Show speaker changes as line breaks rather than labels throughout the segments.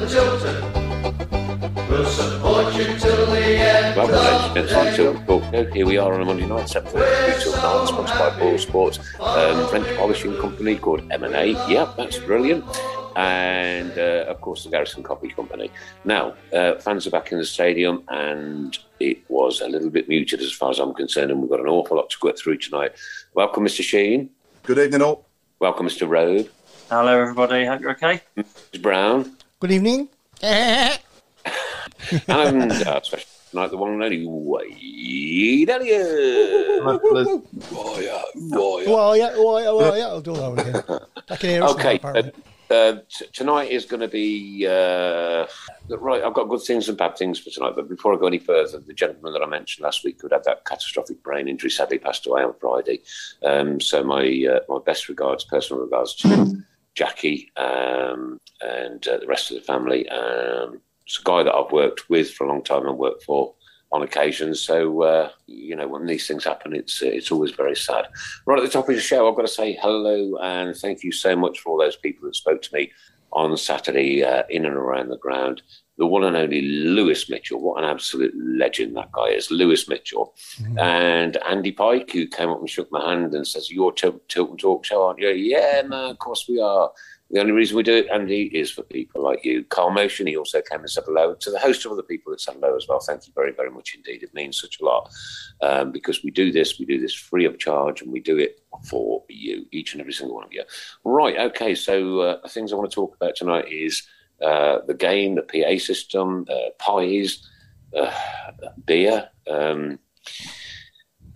the Tilton. We'll support you till the end.
Well,
of
it's been time
the
to go. Now, Here we are on a Monday night, 7th of April, till 9, sponsored by Ball Sports, um, French polishing company called M&A. Yep, that's brilliant. And, uh, of course, the Garrison Coffee Company. Now, uh, fans are back in the stadium, and it was a little bit muted as far as I'm concerned, and we've got an awful lot to get through tonight. Welcome, Mr. Sheen.
Good evening, all.
Welcome, Mr. Robe.
Hello, everybody. Hope you're okay.
Mr. Brown.
Good evening.
And uh, special tonight, the one and only Wade Elliott. Oh, yeah. Oh, yeah.
Well, yeah, well, yeah, well,
Uh,
yeah. I'll do that one again. I can hear us now,
Okay.
apparently.
uh, uh, t- tonight is going to be uh, right. I've got good things and bad things for tonight. But before I go any further, the gentleman that I mentioned last week who had that catastrophic brain injury sadly passed away on Friday. Um, so my uh, my best regards, personal regards to Jackie um, and uh, the rest of the family. Um, it's a guy that I've worked with for a long time and worked for on occasion. So uh, you know, when these things happen, it's it's always very sad. Right at the top of the show, I've got to say hello and thank you so much for all those people that spoke to me on Saturday uh, in and around the ground. The one and only Lewis Mitchell. What an absolute legend that guy is, Lewis Mitchell. And Andy Pike, who came up and shook my hand and says, You're Til- Tilton Talk Show, aren't you? Yeah, man, of course we are. The only reason we do it, Andy, is for people like you. Carl Motion, he also came and said hello. To the host of other people that said hello as well, thank you very, very much indeed. It means such a lot um, because we do this, we do this free of charge, and we do it for you, each and every single one of you. Right, okay, so uh, the things I want to talk about tonight is uh, the game, the PA system, uh, pies, uh, beer, um,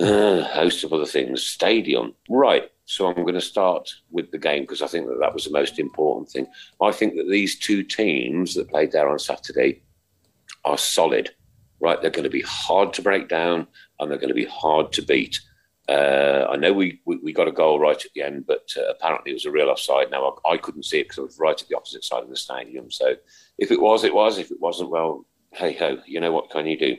uh, host of other things, stadium. Right. So I'm going to start with the game because I think that that was the most important thing. I think that these two teams that played there on Saturday are solid. Right. They're going to be hard to break down and they're going to be hard to beat. Uh, I know we, we, we got a goal right at the end, but uh, apparently it was a real offside. Now, I, I couldn't see it because I was right at the opposite side of the stadium. So if it was, it was. If it wasn't, well, hey ho, you know what can you do?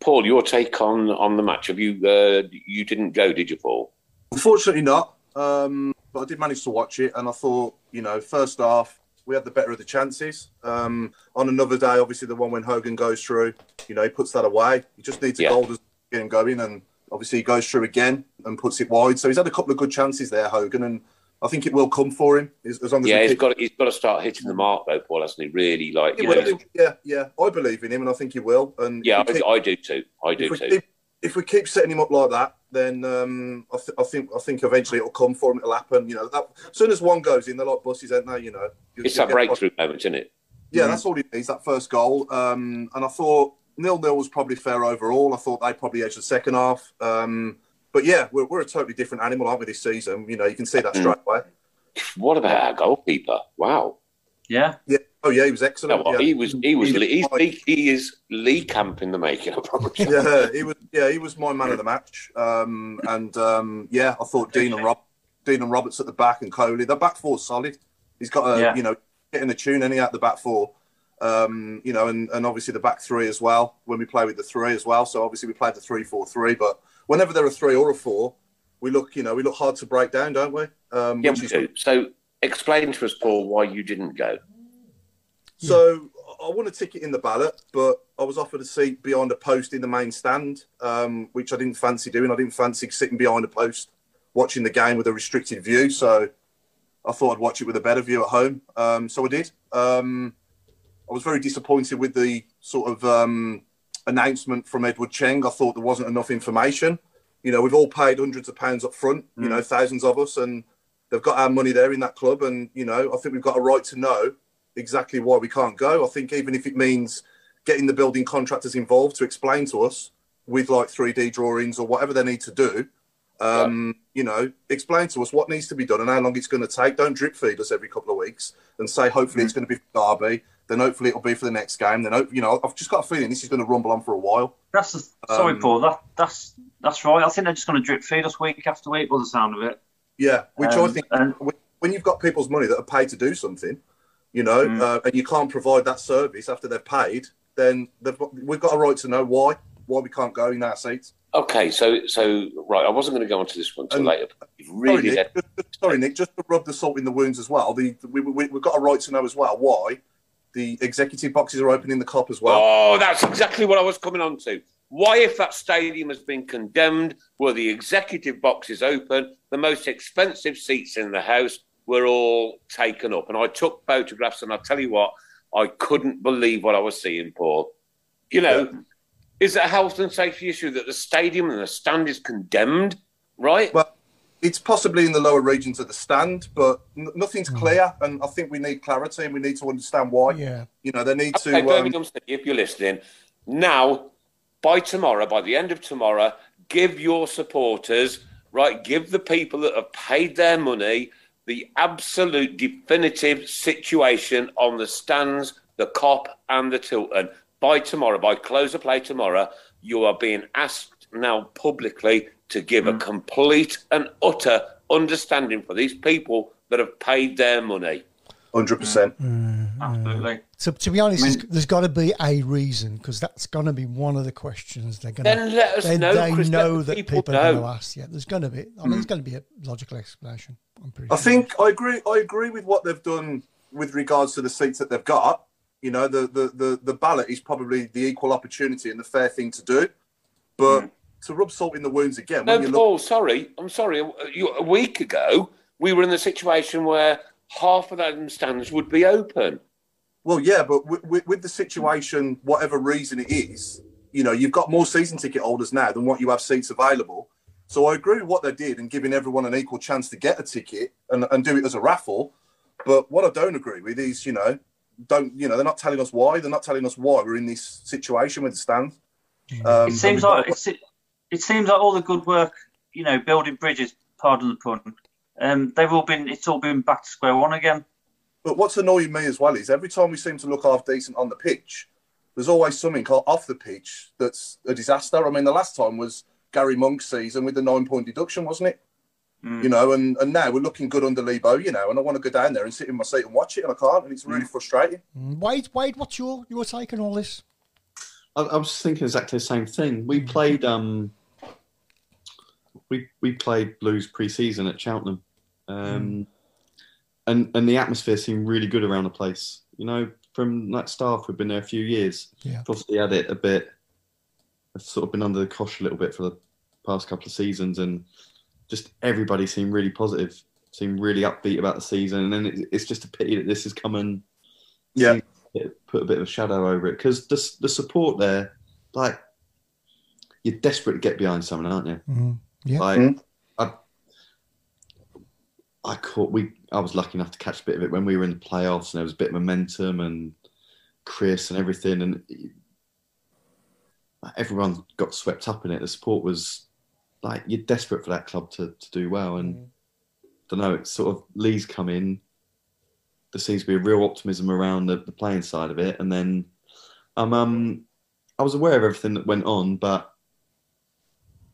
Paul, your take on on the match? Have you uh, you didn't go, did you, Paul?
Unfortunately, not. Um, but I did manage to watch it, and I thought, you know, first half we had the better of the chances. Um, on another day, obviously the one when Hogan goes through, you know, he puts that away. He just needs a
Yeah.
goal to get him going, and obviously he goes through again and puts it wide. So he's had a couple of good chances there, Hogan, and I think it will come for him as, as long as
Yeah,
we
he's
keep-
got he's got to start hitting the mark though, Paul, hasn't he? Really, like
He
you know,
will
he's-
do. yeah, yeah. I believe in him, and I think he will. And
yeah,
if we
I,
keep-
I do too. I do
if we,
too.
keep, if we keep setting him up like that, then um, I, th- I think I think eventually it'll come for him. It'll happen. You know, that, as soon as one goes in, they're like buses, aren't they? You know, You'll-
It's
you'll
that
get-
breakthrough moment, isn't it?
Yeah, that's all he needs. That first goal. Um, and I thought nil nil was probably fair overall. I thought they probably edged the second half. Um, but yeah, we're, we're a totally different animal, aren't we? This season, you know, you can see that straight away.
What about our goalkeeper? Wow,
Yeah.
Yeah. Oh yeah, he was
you know
excellent.
what?
yeah.
he was he was
He's
he's,
fine.
he, he is Lee Camp in the making. I promise. you.
yeah, he was. Yeah, he was my man of the match. Um, and um, yeah, I thought Dean and Rob, Dean and Roberts at the back and Coley. The back four's solid. He's got a
Yeah.
you know getting the tune any out the back four. Um, you know, and, and obviously the back three as well when we play with the three as well. So obviously we played the three four three, but whenever there are three or a four, we look you know we look hard to break down, don't we? Um,
Yeah,
which
we
is-
do. So explain to us, Paul, why you didn't go.
So I won a ticket in the ballot, but I was offered a seat behind a post in the main stand, um, which I didn't fancy doing. I didn't fancy sitting behind a post watching the game with a restricted view. So I thought I'd watch it with a better view at home. Um, so I did. Um, I was very disappointed with the sort of um, announcement from Edward Cheng. I thought there wasn't enough information. You know, we've all paid hundreds of pounds up front, you
Mm.
know, thousands of us, and they've got our money there in that club. And, you know, I think we've got a right to know exactly why we can't go. I think even if it means getting the building contractors involved to explain to us with like 3D drawings or whatever they need to do, um, you know, explain to us what needs to be done and how long it's going to take. Don't drip feed us every couple of weeks and say, hopefully it's going to be for Derby. Then hopefully it'll be for the next game. Then, ho- you know, I've just got a feeling this is going to rumble on for a while.
That's the, sorry,
Um,
Paul. That that's that's right. I think they're just going to drip feed us week after week. by the sound of it.
Yeah, which I
Um,
think when- when you've got people's money that are paid to do something, you know,
Mm.
uh, and you can't provide that service after they've paid, then they've, got- we've got a right to know why why we can't go in our seats.
Okay, so so right, I wasn't going to go onto this one till
And-
later. But you've really led
sorry, Nick, just, sorry, Nick, just to rub the salt in the wounds as well. The, we, we, we've got a right to know as well why the executive boxes are open in the cop as well.
Oh, that's exactly what I was coming on to. Why, if that stadium has been condemned, were the executive boxes open? The most expensive seats in the house were all taken up. And I took photographs, and I'll tell you what, I couldn't believe what I was seeing, Paul. You know, is it a health and safety issue that the stadium and the stand is condemned, right?
Well, it's possibly in the lower regions of the stand, but n- nothing's clear, and I think we need clarity and we need to understand why.
Yeah.
You know, they need to.
Okay,
um,
Birmingham City, if you're listening, now, by tomorrow, by the end of tomorrow, give your supporters, right, give the people that have paid their money the absolute definitive situation on the stands, the cop, and the Tilton. By tomorrow, by close of play tomorrow, you are being asked now publicly to give
Mm.
a complete and utter understanding for these people that have paid their money.
100%.
Absolutely.
So to be honest, there's- there's got to be a reason because that's going to be one of the questions they're going to.
Then let us
they,
know,
They
Chris, let
know
the
that
people
people, are going
know.
to ask. Yeah, there's going to be. I mean, there's going to be a logical explanation. I'm pretty.
Mm. I
sure.
think I agree. I agree with what they've done with regards to the seats that they've got. You know, the the the, the ballot is probably the equal opportunity and the fair thing to do. But to rub salt in the wounds again,
No,
when you look,
Paul, Um, oh, sorry. I'm sorry. A- you- A week ago, we were in the situation where half of those stands would be open.
well, yeah, but with, with, with the situation, whatever reason it is, you know, you've got more season ticket holders now than what you have seats available. So I agree with what they did and giving everyone an equal chance to get a ticket and, and do it as a raffle. But what I don't agree with is, you know, don't you know they're not telling us why they're not telling us why we're in this situation with the stand. Um,
it seems
and we've
like it, se- it seems like all the good work, you know, building bridges. Pardon the pun. Um, they've all been. It's all been back to square one again.
But what's annoying me as well is every time we seem to look half decent on the pitch, there's always something o- off the pitch that's a disaster. I mean, the last time was Gary Monk's season with the nine point deduction, wasn't it?
Mm.
You know, and, and now we're looking good under Lebo, you know, and I want to go down there and sit in my seat and watch it, and I can't, and it's really frustrating.
Mm, Wade, Wade, what's your your take on all this?
I, I was thinking exactly the same thing. We played um, we we played Blues pre-season at Cheltenham,
Mm.
um, and and the atmosphere seemed really good around the place. You know, from that staff who've been there a few years,
Yeah.
obviously had it a bit. Have sort of been under the cosh a little bit for the past couple of seasons, and just everybody seemed really positive, seemed really upbeat about the season. And then it, it's just a pity that this has come and
yeah,
put a bit of a shadow over it because the the support there, like you're desperate to get behind someone, aren't you?
Mm, yeah.
Like I, I caught we I was lucky enough to catch a bit of it when we were in the playoffs and there was a bit of momentum and Chris and everything and like, everyone got swept up in it. The support was like you're desperate for that club to, to do well and don't know, it's sort of Lee's come in. There seems to be a real optimism around the, the playing side of it, and then um, um, I was aware of everything that went on, but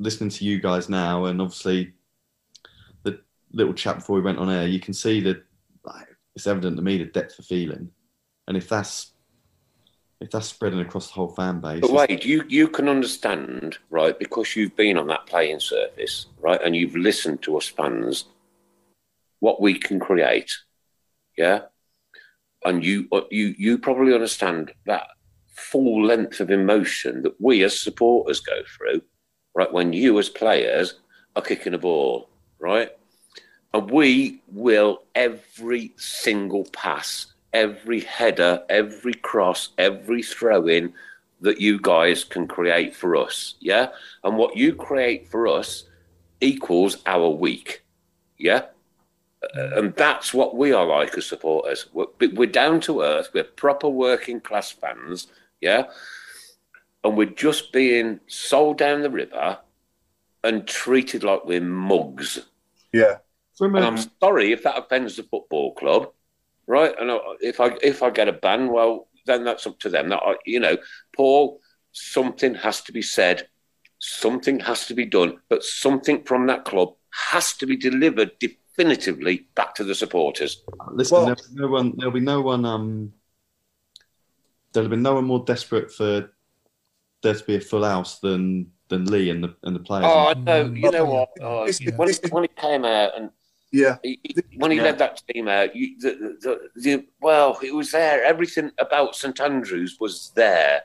listening to you guys now, and obviously the little chat before we went on air, you can see that like, it's evident to me the depth of feeling, and if that's if that's spreading across the whole fan base,
But Wade, you, you can understand, right, because you've been on that playing surface, right, and you've listened to us fans, what we can create, yeah, and you uh, you you probably understand that full length of emotion that we as supporters go through, right, when you as players are kicking a ball, right, and we will every single pass, every header, every cross, every throw in that you guys can create for us. Yeah. And what you create for us equals our week. Yeah. Uh, And that's what we are like as supporters. We're, but we're down to earth. We're proper working class fans. Yeah. And we're just being sold down the river and treated like we're mugs.
Yeah.
And I'm sorry if that offends the football club, right? And I- if I if I get a ban, well, then that's up to them. That I, you know, Paul, something has to be said, something has to be done, but something from that club has to be delivered definitively back to the supporters.
Listen, there'll be no one. There'll be no one. Um, there'll be no one more desperate for there to be a full house than than Lee and the and the players.
Oh, I know. You know what? Oh, when, when he came out and
yeah,
he, he- when he
Yeah.
led that team out, you, the, the, the, the, well, it was there. Everything about St Andrews was there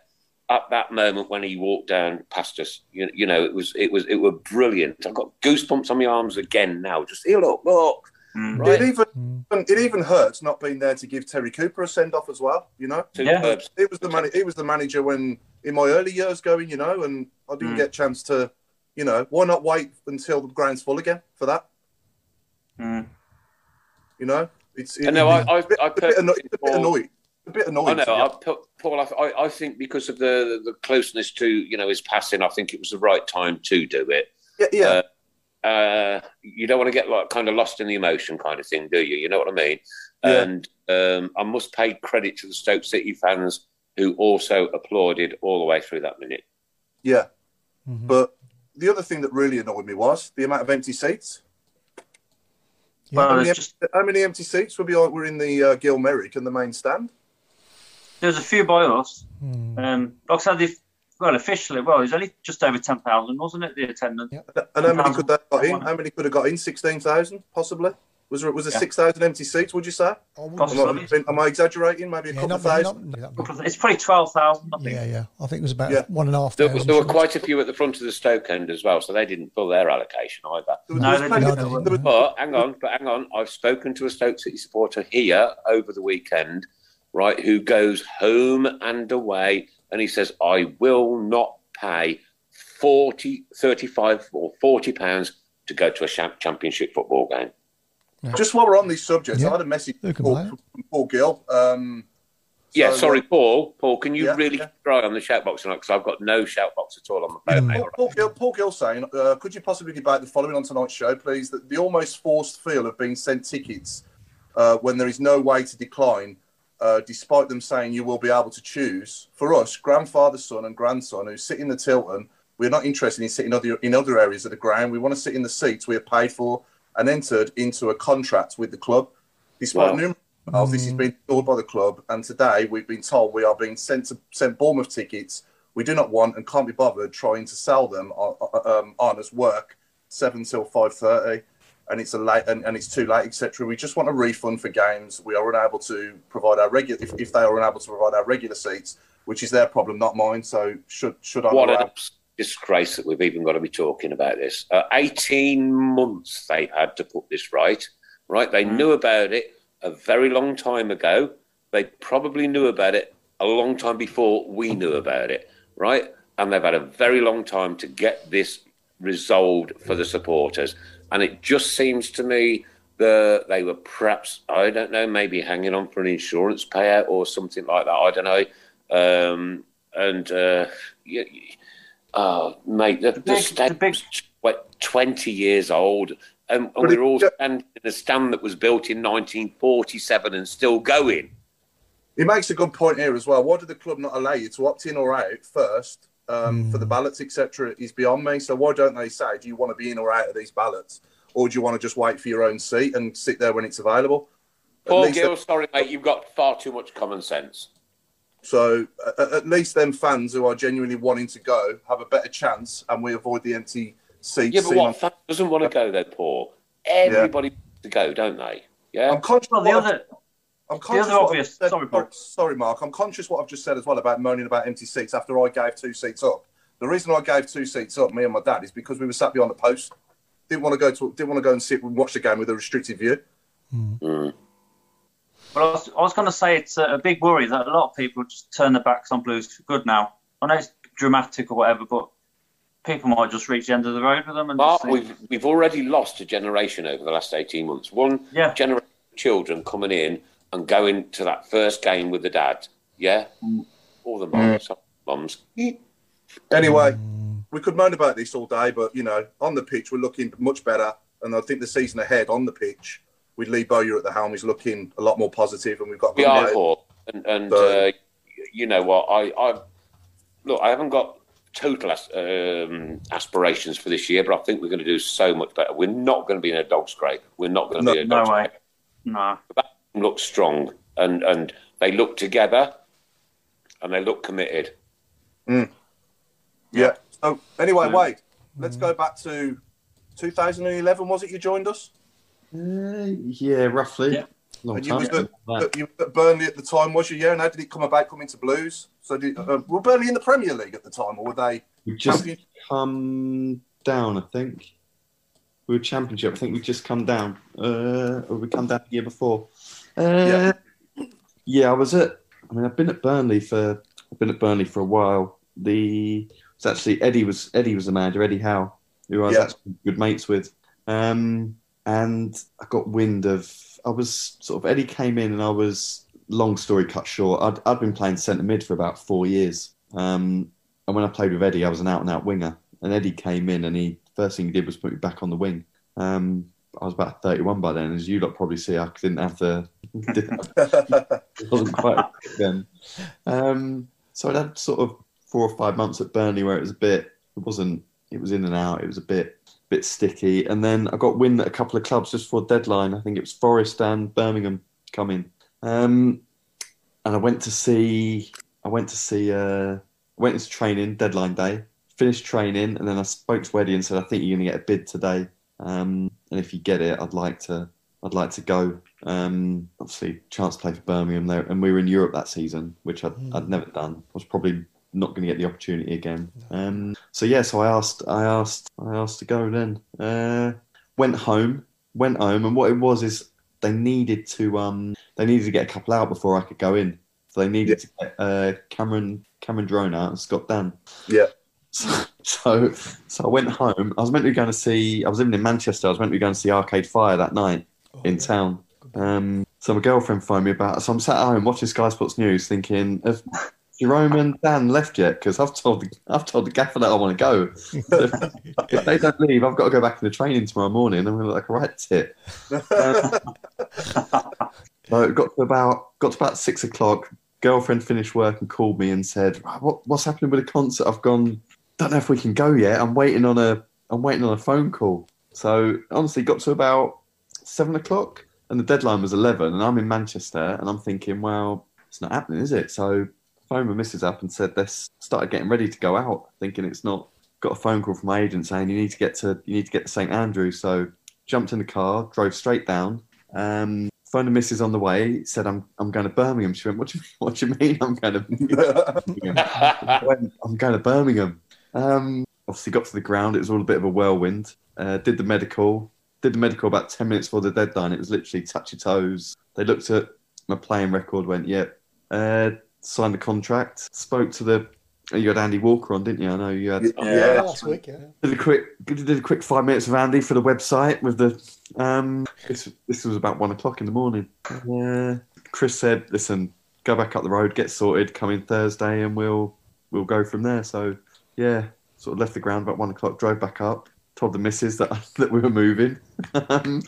at that moment when he walked down past us. You, you know, it was it was it were brilliant. I've got goosebumps on my arms again now. Just here, look, look. Right.
It
Hmm.
even it even hurts not being there to give Terry Cooper a send off as well. You know,
Yeah.
he was the man. He was the manager when in my early years going. You know, and I didn't
Mm.
get a chance to. You know, why not wait until the ground's full again for that? You know, it's.
I know, I- I-
it's a bit,
Mm. I
it's a bit anno- it's a bit
purposely-
annoyed. It's A bit annoyed.
I know,
to be
I, Pa- Paul. I, I, I think because of the the closeness to you know his passing, I think it was the right time to do it.
Yeah, yeah.
Uh, uh, you don't want to get like kind of lost in the emotion, kind of thing, do you? You know what I mean?
Yeah.
And um, I must pay credit to the Stoke City fans who also applauded all the way through that minute.
Yeah. But the other thing that really annoyed me was the amount of empty seats.
Well,
how, many
it's
empty, how many empty seats were, behind, were in the uh, Gil Merrick and the main stand?
There's a few by us.
Mm.
Um, like I said, if, well, officially, well, it was only just over 10,000, wasn't it, the attendance?
And how many could they have got in? How many could have got in? Sixteen thousand, possibly. Was there was there
Yeah.
six thousand empty seats? Would you say? I'm not-
Possibly.
am I exaggerating? Maybe a couple of thousand.
It's probably 12,000, I think.
Yeah, yeah. I think it was about
Yeah.
one and a half
There, was- there were
thousand.
quite a few at the front of the Stoke end as well, so they didn't fill their allocation either.
No, they didn't.
But hang on, but hang on. I've spoken to a Stoke City supporter here over the weekend, right, who goes home and away, and he says, I will not pay 40, 35 or 40 pounds to go to a champ- championship football game.
Just while we're on these subjects, I had a message from
can
Paul, from Paul Gill. Um,
Yeah,
So,
sorry,
uh,
Paul. Paul, can you
yeah,
really try on the shout box tonight? Because I've got no shout box at all on my phone, mate.
Paul, Paul, Gill, Paul Gill saying, uh, could you possibly debate the following on tonight's show, please? That the almost forced feel of being sent tickets uh, when there is no way to decline, uh, despite them saying you will be able to choose. For us, grandfather, son, and grandson who sit in the Tilton, we're not interested in sitting other, in other areas of the ground. We want to sit in the seats we are paid for and entered into a contract with the club. Despite
Wow.
numerous emails, this has been ignored by the club, and today we've been told we are being sent to sent Bournemouth tickets we do not want and can't be bothered trying to sell them on, um, on as work seven till five thirty, and it's a late and, and it's too late, etc. We just want a refund for games. We are unable to provide our regular if, if they are unable to provide our regular seats, which is their problem, not mine. So should should I?
What an
allow-
absolute disgrace that we've even got to be talking about this. Uh, 18 months they've had to put this right, right? They knew about it a very long time ago. They probably knew about it a long time before we knew about it, right? And they've had a very long time to get this resolved for the supporters. And it just seems to me that they were perhaps, I don't know, maybe hanging on for an insurance payout or something like that. I don't know. Um, and uh, y- y- oh, mate, the, the, stadium's tw- twenty years old, and, and we're all standing in a stand that was built in 1947 and still going.
He makes a good point here as well. Why did the club not allow you to opt in or out first um,
Mm.
for the ballots, etc.? Is beyond me. So why don't they say, do you want to be in or out of these ballots, or do you want to just wait for your own seat and sit there when it's available? At
Paul
least
Gill,
they-
sorry, mate, you've got far too much common sense.
So at, at least them fans who are genuinely wanting to go have a better chance, and we avoid the empty seats.
Yeah, but
seen on-
what fan doesn't want to go there, Paul? Everybody wants to go, don't they? Yeah.
I'm conscious.
Well,
of
the
what
other-
I've- I'm conscious
other
what I've
obvious-
said-
sorry,
sorry, Mark. I'm conscious what I've just said as well about moaning about empty seats after I gave two seats up. The reason I gave two seats up, me and my dad, is because we were sat behind the post. Didn't want to go to. Didn't want to go and sit and watch the game with a restricted view.
Hmm.
But I was, I was going to say it's a, a big worry that a lot of people just turn their backs on Blues for good now. I know it's dramatic or whatever, but people might just reach the end of the road with them and
Mark,
just think,
we've we've already lost a generation over the last eighteen months. One generation of children coming in and going to that first game with the dad. Yeah, all the mums, some mums.
Anyway, we could moan about this all day, but you know, on the pitch we're looking much better, and I think the season ahead on the pitch with Lee Bowyer at the helm is looking a lot more positive, and we've got.
We are Paul, and and
So-
uh, you know what? I I look, I haven't got total as, um, aspirations for this year, but I think we're going to do so much better. We're not going to be in a dog scrape. We're not going to be in a dog scrape.
nah.
Look strong, and and they look together, and they look committed.
Yeah. So anyway,
Mm.
Wade, let's go back to 2011. Was it you joined us?
Yeah, roughly. Long
And you
time.
was
ago.
at, you was at Burnley at the time, was you? Yeah. And how did it come about coming to Blues? So did, uh, were Burnley in the Premier League at the time, or were they?
We just
Champion-
come down, I think. We were championship. I think we just come down. Uh, or we come down the year before. Uh, yeah, I was at. I mean, I've been at Burnley for. I've been at Burnley for a while. The it's actually Eddie was Eddie was the manager. Eddie Howe, who I was
Yeah.
actually good mates with. Um, and I got wind of. I was sort of Eddie came in, and I was. Long story cut short, I'd I'd been playing centre mid for about four years. Um, and when I played with Eddie, I was an out and out winger. And Eddie came in, and he first thing he did was put me back on the wing. Um, I was about 31 by then, as you lot probably see. I didn't have the didn't- wasn't quite then. Um, so I'd had sort of four or five months at Burnley where it was a bit. It wasn't. It was in and out. It was a bit bit sticky. And then I got wind that a couple of clubs just before deadline. I think it was Forest and Birmingham coming. Um, and I went to see I went to see uh went into training deadline day, finished training, and then I spoke to Eddie and said, I think you're gonna get a bid today. Um, and if you get it, I'd like to I'd like to go. Um, obviously chance to play for Birmingham there and we were in Europe that season, which I'd, I'd never done. I was probably not going to get the opportunity again. Um, so yeah, so I asked, I asked, I asked to go. Then uh, went home, went home, and what it was is they needed to, um, they needed to get a couple out before I could go in. So they needed to get uh, Cameron, Cameron Drone out and Scott Dan.
Yeah.
So, so, so I went home. I was meant to be going to see. I was living in Manchester. I was meant to be going to see Arcade Fire that night in town. Um, so my girlfriend phoned me about. So I'm sat at home watching Sky Sports News, thinking, "Have Jerome and Dan left yet? Because I've told I've told the gaffer that I want to go. So if, if they don't leave, I've got to go back in the training tomorrow morning." And we're like, "Right, tit." Um, so it got to about got to about six o'clock. Girlfriend finished work and called me and said, "Right, what, "What's happening with the concert?" I've gone. Don't know if we can go yet. I'm waiting on a I'm waiting on a phone call. So honestly, got to about seven o'clock, and the deadline was eleven, and I'm in Manchester, and I'm thinking, well, it's not happening, is it? So phoned my missus up and said, let's started getting ready to go out, thinking it's not. Got a phone call from my agent saying you need to get to you need to get to St Andrew. So jumped in the car, drove straight down. Um, phoned the missus on the way, said I'm I'm going to Birmingham. She went, what do you what do you mean I'm going to? Birmingham?" I went, I'm going to Birmingham. Um, obviously got to the ground. It was all a bit of a whirlwind. Uh, did the medical. Did the medical about ten minutes before the deadline. It was literally touch your toes. They looked at my playing record. Went, yep. Uh, signed the contract. Spoke to the. You had Andy Walker on, didn't you? I know you had.
last week, Oh, yeah.
Did a quick did a quick five minutes of Andy for the website with the um this this was about one o'clock in the morning. Uh, Chris said, Listen, go back up the road, get sorted, come in Thursday and we'll we'll go from there. So yeah, sort of left the ground about one o'clock, drove back up, told the missus that that we were moving. um,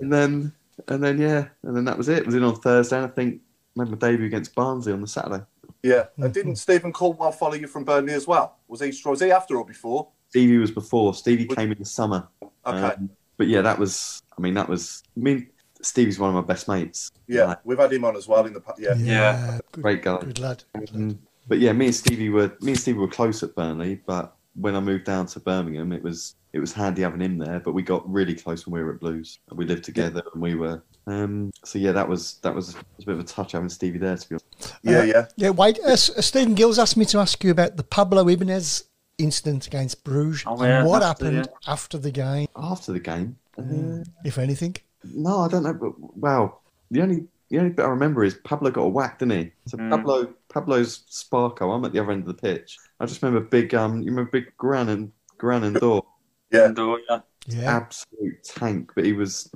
and then and then yeah, and then that was it. Was in on Thursday and I think made my debut against Barnsley on the Saturday.
Yeah. And didn't Stephen Caldwell follow you from Burnley as well? Was he was he after or before?
Stevie was before. Stevie came in the summer.
Okay.
Um, but yeah, that was. I mean, that was. I mean, Stevie's one of my best mates.
Yeah, we've had him on as well in the pa- yeah.
Yeah. Great guy.
Uh, Good lad.
Um, but yeah, me and Stevie were me and Stevie were close at Burnley, but when I moved down to Birmingham, it was it was handy having him there. But we got really close when we were at Blues, and we lived together, and we were. Um, so yeah, that was that was, was a bit of a touch having Stevie there. To be honest.
Uh, Yeah, wait. Uh, S- uh, Stephen Gills asked me to ask you about the Pablo Ibanez incident against Bruges
Oh, yeah,
and what
after,
happened after the game.
After the game, Uh,
Mm, if anything.
No, I don't know. But wow, the only the only bit I remember is Pablo got a whack, didn't he? So
Mm,
Pablo Pablo's Sparko. I'm at the other end of the pitch. I just remember big. Um, you remember big Gran and Gran and Door.
Yeah,
Door. Yeah.
absolute tank. But he was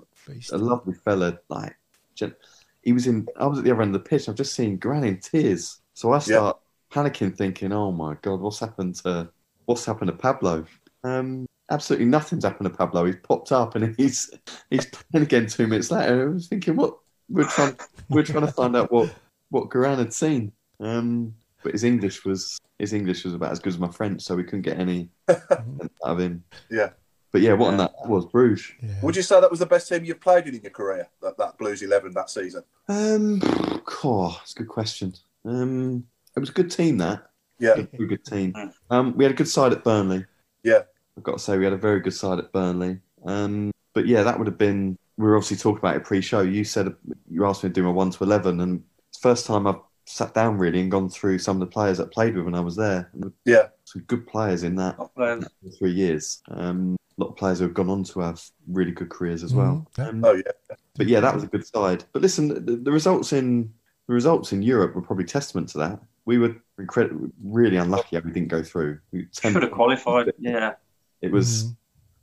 a lovely fella. Like, gen- he was in. I was at the other end of the pitch. I've just seen Gran in tears. So I start panicking, thinking, "Oh my god, what's happened to what's happened to Pablo?" Um, absolutely nothing's happened to Pablo. He's popped up and he's he's playing again two minutes later. I was thinking, what we're trying we're trying to find out what what Gran had seen. Um, but his English was his English was about as good as my French, so we couldn't get any
Mm-hmm.
out of him.
Yeah.
But yeah, what on that was Bruges.
Would you say that was the best team you've played in in your career? That, that Blues eleven that season.
Um, cool. It's a good question. Um, it was a good team that.
Yeah,
It was a good team. Um, we had a good side at Burnley.
Yeah,
I've got to say we had a very good side at Burnley. Um, but yeah, that would have been. We were obviously talking about it pre-show. You said you asked me to do my one to eleven, and it's the first time I've sat down really and gone through some of the players that I played with when I was there. And
Yeah,
some good players in that
players.
in three years. Um, a lot of players who have gone on to have really good careers
Mm-hmm.
as well. Um,
oh yeah.
But yeah, that was a good side. But listen, the, the results in the results in Europe were probably testament to that. We were incred- really unlucky that we didn't go through. We
Should have qualified. Yeah. Mm,
It was,
Mm.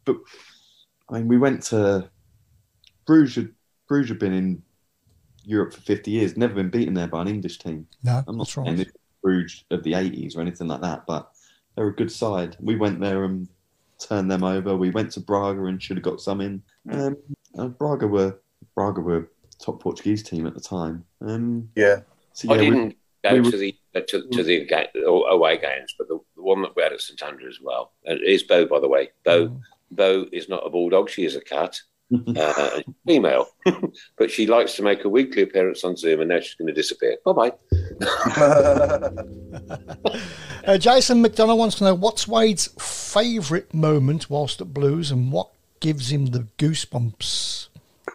but I mean, we went to Bruges. had- Bruges had been in Europe for fifty years, never been beaten there by an English team.
No,
I'm not
that's right.
saying this is Bruges of the eighties or anything like that, but they're a good side. We went there and turned them over. We went to Braga and should have got some in. Um, and Braga were Braga were top Portuguese team at the time. Um,
yeah.
So
I
yeah,
didn't
we,
go
we were-
to the uh, to, to the ga- or away games, but the, the one that we had at St Andrew as well uh, is Bo. By the way, Bo Bo is not a bulldog; she is a cat, uh, and female, but she likes to make a weekly appearance on Zoom, and now she's going to disappear. Bye bye.
Uh, Jason McDonough wants to know what's Wade's favourite moment whilst at Blues and what gives him the goosebumps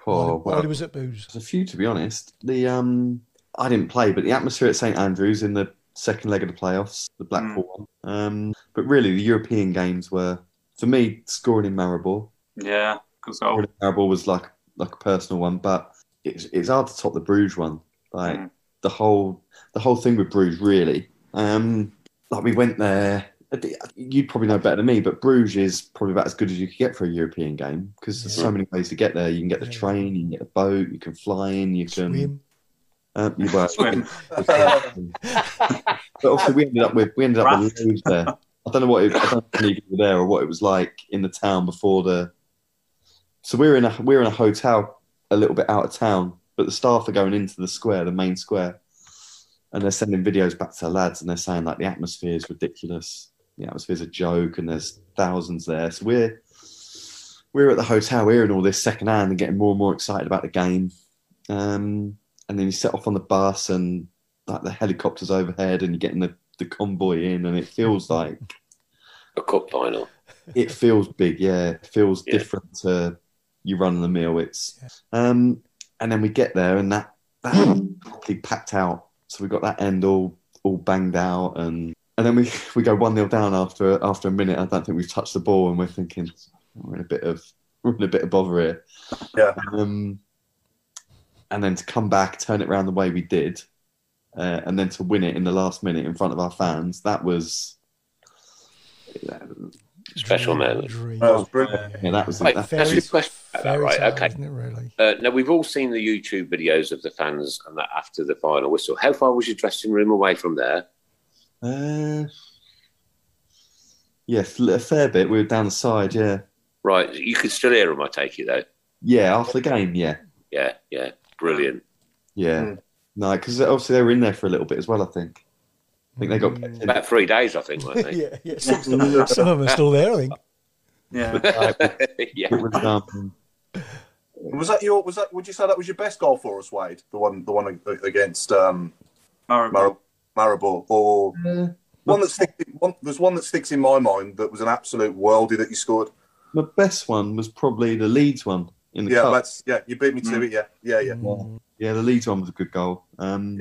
Oh,
while, while he was at Blues.
There's a few, to be honest. The um, I didn't play, but the atmosphere at St Andrews in the second leg of the playoffs, the Blackpool one. Um, but really, the European games were for me scoring in Maribor.
Yeah. Good goal.
Scoring in Maribor was like like a personal one, but it's it's hard to top the Bruges one. Like the whole the whole thing with Bruges, really. Um, like we went there. You'd probably know better than me, but Bruges is probably about as good as you could get for a European game because there's so many ways to get there. You can get the train, you can get the boat, you can fly in, you can
Swim.
Um, you were-
Swim.
but obviously we ended up with we ended up with loads there. I don't know what it, I don't know if you were there or what it was like in the town before the. So we were in a we were in a hotel a little bit out of town, but the staff are going into the square, the main square, and they're sending videos back to the lads, and they're saying like the atmosphere is ridiculous, the atmosphere's a joke, and there's thousands there. So we're we're at the hotel, we're hearing all this secondhand and getting more and more excited about the game. Um, and then you set off on the bus and like the helicopters overhead and you're getting the, the convoy in and it feels like
A cup final.
it feels big, yeah. It feels different to you running the meal. It's um and then we get there and that that completely packed out. So we got that end all all banged out and and then we we go one 0 down after after a minute. I don't think we've touched the ball and we're thinking we're in a bit of we're in a bit of bother here.
Yeah.
Um, and then to come back, turn it around the way we did, uh, and then to win it in the last minute in front of our fans, that was
Special moment.
That
Oh,
was brilliant. Yeah, that was.
Right,
that-
that's your question. about that,
fairy
right?
tale,
okay.
isn't it, really?
Uh, now we've all seen the YouTube videos of the fans and that after the final whistle. How far was your dressing room away from there?
Uh, yeah, f- a fair bit. We were down the side. Yeah,
Right, you could still hear them. I take it though.
yeah. After the game, yeah,
Yeah, yeah, brilliant.
yeah. No, because obviously they were in there for a little bit as well. I think. I think they got.
About three days, I think, weren't they?
yeah, yeah. Some, some, some of them are still there, I think.
Yeah.
It was, um,
Was that your? Was that? Would you say that was your best goal for us, Wade? The one, the one a- against um, Maribor, Maribor, or one that sticks. in- One, there's one that sticks in my mind that was an absolute worldie that you scored.
My best one was probably the Leeds one in the
yeah,
cup. Mm.
that's yeah. You beat me to it. Yeah, yeah, yeah.
Mm.
Yeah, the Leeds one was a good goal. Um,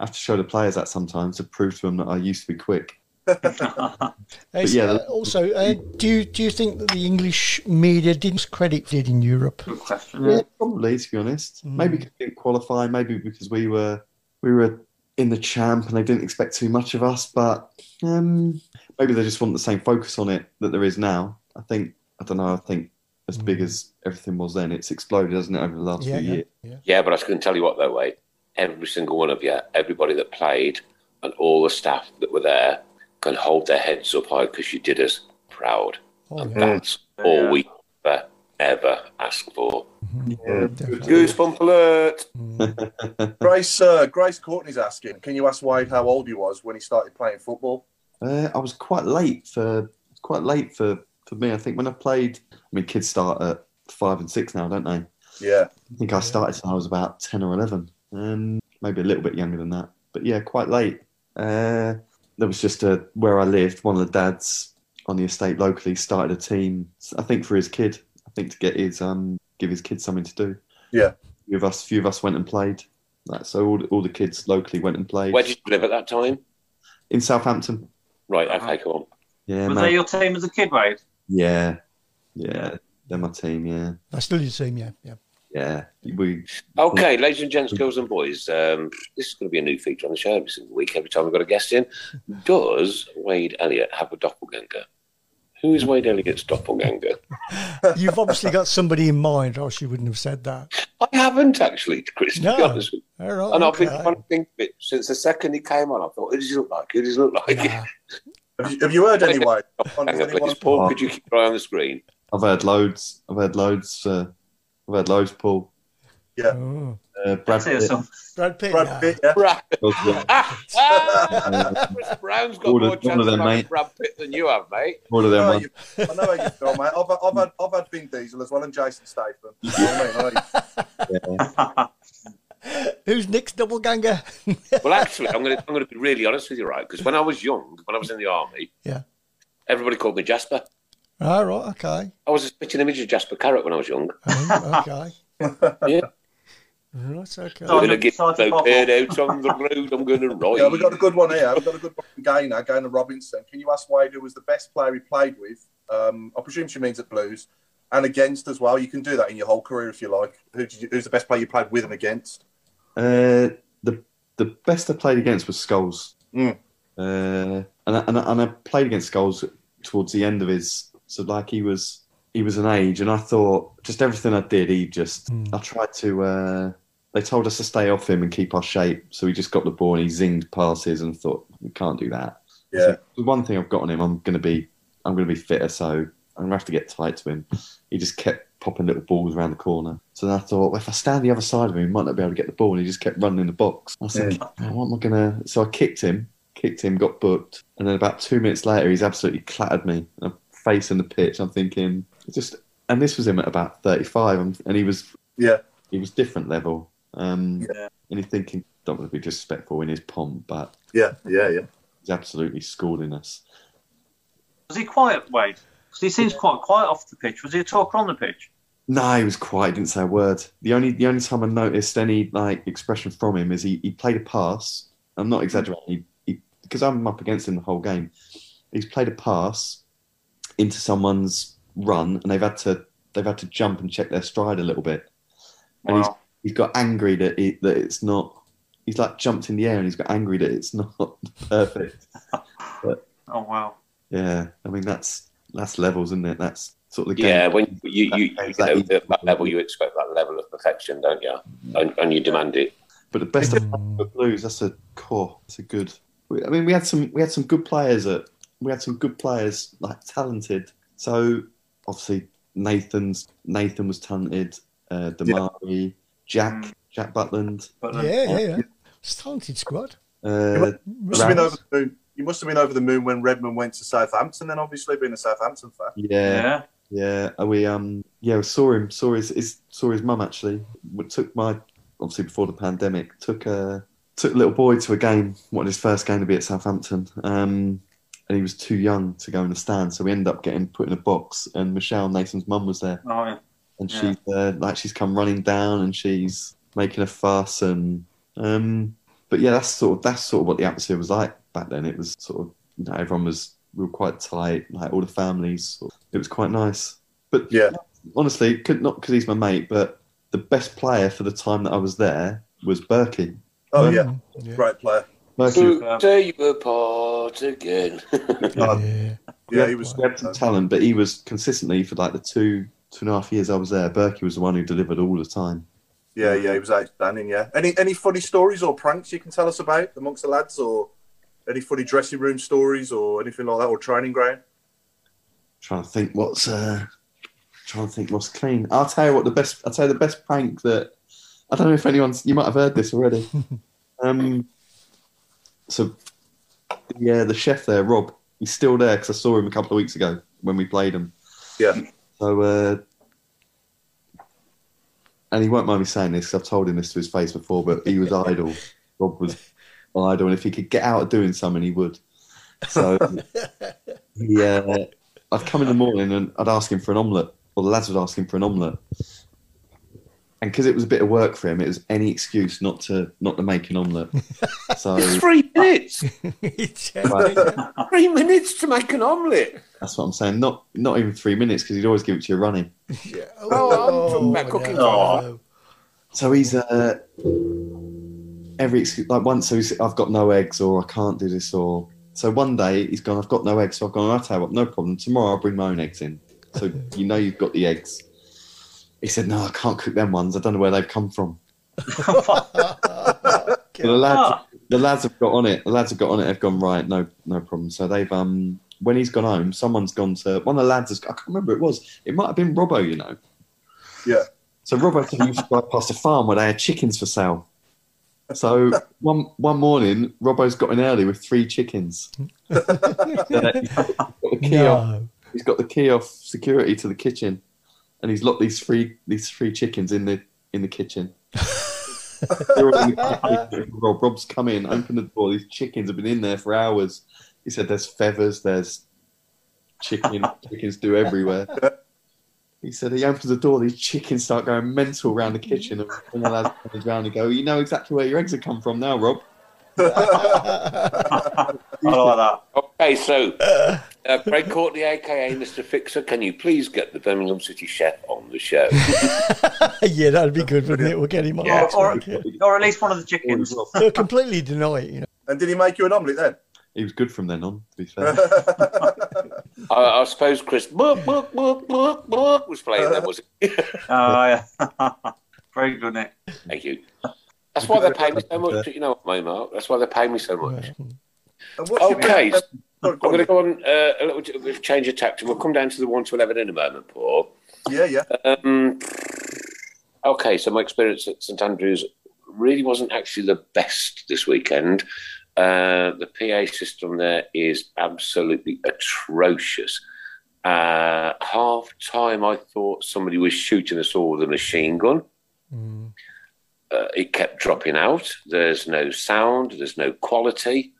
I have to show the players that sometimes to prove to them that I used to be quick.
It's,
yeah,
uh,
that-
also, uh, do you do you think that the English media didn't credit did in Europe?
Good question.
Yeah, probably to be honest.
Mm.
Maybe 'cause we didn't qualify. Maybe because we were we were in the champ and they didn't expect too much of us. But um, maybe they just want the same focus on it that there is now. I think I don't know. I think as big as everything was then, it's exploded, hasn't it, over the last
Yeah,
few
yeah,
years?
Yeah.
but I can tell you what though, Wade. Every single one of you, everybody that played, and all the staff that were there can hold their heads up high because you did us proud.
Oh,
and
yeah.
that's all we ever ever ask for.
Goosebump
Mm.
alert. Grace, uh, Grace Courtney's asking, can you ask Wade how old he was when he started playing football?
Uh, I was quite late for quite late for, for me. I think when I played, I mean, kids start at five and six now, don't they? I
Yeah.
think I started till I was about ten or eleven, um, maybe a little bit younger than that. But yeah, quite late. Uh, there was just a where I lived. One of the dads on the estate locally started a team. I think for his kid. I think to get his um give his kid something to do.
Yeah.
Few of us, few of us went and played. Like, so all, all the kids locally went and played
Where did you live at that time?
in Southampton.
Right, okay, go on.
Yeah,
Were
man.
they your team as a kid, Wade?
Yeah, yeah, they're my team. Yeah,
I still did same, yeah, yeah.
yeah. We
Okay, ladies and gents, girls and boys, um, this is going to be a new feature on the show every single week. Every time we've got a guest in, does Wade Elliott have a doppelganger? Who is Wade Elliott's doppelganger?
You've obviously got somebody in mind, or else you wouldn't have said that.
I haven't actually, Chris. To be
No.
honest with you.
All right,
Oh, and I've been
okay.
trying to think of it since the second he came on. I thought, who does he look like? Who does he look like?
Ah,
Have you, have you heard any Wade?
Hang on, please, Paul.
Oh.
Could you keep your eye on the screen?
I've heard loads. I've heard loads. Uh, I've heard loads. Paul,
Yeah.
uh, Brad
Say
Pitt,
yourself.
Brad Pitt.
Brad
nah.
Pitt, yeah.
Brad.
Osborne,
Ah! Chris Brown's got
Uh, All of-
more
all of
chance
them,
of having
mate.
Brad Pitt than you have, mate.
all of
I
them.
know,
man.
you, I know how you feel, mate. I've, I've, had, I've had Vin Diesel as well and Jason Statham. You know what I mean? I know
Who's Nick's double ganger?
Well, actually, I'm going to I'm going to be really honest with you, right? Because when I was young, when I was in the army,
yeah.
everybody called me Jasper.
All right. Okay.
I was a spitting image of Jasper Carrot when I was young.
Oh, okay.
Yeah.
Right. Okay.
I'm going to
Sergeant-
get no
Sergeant Bob.
head out on the road. I'm going to
you.
ride.
yeah, we've got a good one here. We've got a good one from Gaynor, Gaynor Robinson. Can you ask Wade who was the best player he played with? Um, I presume she means at Blues and against as well. You can do that in your whole career if you like. Who did you, who's the best player you played with and against?
Uh, the the best I played against was Skulls,
Mm.
uh, and I, and, I, and I played against Skulls towards the end of his. So like he was he was an age, and I thought just everything I did, he just I tried to. Uh, they told us to stay off him and keep our shape, so he just got the ball and he zinged passes and thought we can't do that.
Yeah.
The one thing I've got on him, I'm gonna be I'm gonna be fitter, so I'm gonna have to get tight to him. He just kept popping little balls around the corner. So then I thought, well, if I stand the other side of him, he might not be able to get the ball. And he just kept running in the box. I said, "Oh, what am I gonna? So I kicked him, kicked him, got booked, and then about two minutes later, he's absolutely clattered me. And I'm facing the pitch. I'm thinking, just and this was him at about 35, and- and he was
Yeah.
he was different level. Um,
Yeah.
And you're thinking, don't want to be disrespectful in his pomp, but
Yeah. Yeah. Yeah.
he's absolutely schooling us.
Was he quiet, Wade? 'Cause he seems quite quiet off the pitch. Was he a talker on the pitch?
No, he was quiet. Didn't say a word. The only the only time I noticed any like expression from him is he, he played a pass. I'm not exaggerating. He, he, because I'm up against him the whole game. He's played a pass into someone's run, and they've had to they've had to jump and check their stride a little bit. And he's
Wow.
he's got angry that it, that it's not. He's like jumped in the air, and he's got angry that it's not perfect.
Oh wow.
Yeah, I mean that's that's levels, isn't it? That's sort of the game.
Yeah, when you you, you, you
That-
know,
that-
at that level, you expect that level of perfection, don't you? And, and you demand it.
But the best of
Mm.
the Blues, that's a core. That's a good. we- I mean, we had some we had some good players at we had some good players like talented. So obviously Nathan's Nathan was talented. Uh, Damari, Jack Jack Butland.
But
Yeah.
um,
Yeah. Yeah. It's a talented squad.
Uh,
You must, have been
Rams.
over the moon. you must have been over the moon when Redmond went to Southampton, then obviously being a Southampton fan.
yeah.
yeah.
Yeah, and we um yeah we saw him saw his, his saw his mum actually. We took my obviously before the pandemic took a took little boy to a game. Wanted his first game to be at Southampton, um, and he was too young to go in the stand, so we ended up getting put in a box. And Michelle Nathan's mum was there,
Oh, yeah.
and
Yeah.
she's uh, like she's come running down and she's making a fuss and um but yeah that's sort of that's sort of what the atmosphere was like back then it was sort of you know everyone was we were quite tight like all the families it was quite nice but yeah honestly could not because he's my mate but the best player for the time that I was there was Berkey um,
Oh yeah, great player.
Mercury.
Who Tear you apart again.
yeah,
Uh, Yeah,
he was. We had some talent, but he was consistently for like the two two and a half years I was there. Berkey was the one who delivered all the time.
Yeah, yeah, he was outstanding. Yeah. Any any funny stories or pranks you can tell us about amongst the lads, or any funny dressing room stories or anything like that, or training ground?
Trying to think what's uh, trying to think what's clean. I'll tell you what the best. I'll tell you the best prank that I don't know if anyone's. You might have heard this already. um, so yeah, the chef there, Rob. He's still there because I saw him a couple of weeks ago when we played him.
Yeah.
So, uh, and he won't mind me saying this 'cause I've told him this to his face before, but he was idle. Rob was idle, and if he could get out of doing something, he would. So, he, uh, I'd come in the morning and I'd ask him for an omelette, or the lads would ask him for an omelette. And because it was a bit of work for him, it was any excuse not to not to make an omelette. So
Three minutes.
Right.
Three minutes to make an omelette.
that's what I'm saying. Not not even three minutes because he'd always give it to you running.
Oh, I'm talking about cooking. Oh,
So he's uh, every excuse like once. So he's, I've got no eggs, or I can't do this, or so one day he's gone. I've got no eggs, so I've gone. I'll tell you what, no problem. Tomorrow I'll bring my own eggs in. So you know you've got the eggs. He said, "No, I can't cook them ones. I don't know where they've come from." So the lads, the lads have got on it. The lads have got on it. Have gone right. No, no problem. So they've um. When he's gone home, someone's gone to one of the lads. Has, I can't remember. who It was. It might have been Robbo. You know.
Yeah.
So Robert said he used to drive past a farm where they had chickens for sale. So one one morning, Robbo's got in early with three chickens. Yeah, he's got the key off, he's got the key off security to the kitchen, and he's locked these three these three chickens in the in the kitchen. They're all in the kitchen. Rob, Rob's come in, open the door. These chickens have been in there for hours. He said, "There's feathers. There's chicken. chickens do everywhere." He said he opens the door, these chickens start going mental round the kitchen, and one of the lads comes round and go, "You know exactly where your eggs have come from now, Rob."
I like that.
Okay, so uh, Craig Courtney, aka Mr. Fixer, can you please get the Birmingham City Chef on the show?
yeah, that'd be good, wouldn't it? We'll get him on.
Yeah.
Or, or, or at least one of the chickens.
They'll completely deny it, you know.
And did he make you an omelette then?
He was good from then on, to be fair.
I, I suppose Chris Mark, Mark, Mark, Mark, Mark was playing that, was it?
Oh, yeah. Very good, Nick.
Thank you. That's why they pay me so much. You know what, mate, Mark? That's why they pay me so much.
And what's your-
Okay, so
Sorry,
I'm
go on.
going to go on uh, a little bit of change of tact, and we'll come down to the 1 to 11 in a moment, Paul.
Yeah, yeah.
Um, okay, so my experience at St Andrews really wasn't actually the best this weekend. Uh, the PA system there is absolutely atrocious. Uh, half time, I thought somebody was shooting us all with a machine gun.
Mm.
Uh, it kept dropping out. There's no sound, there's no quality.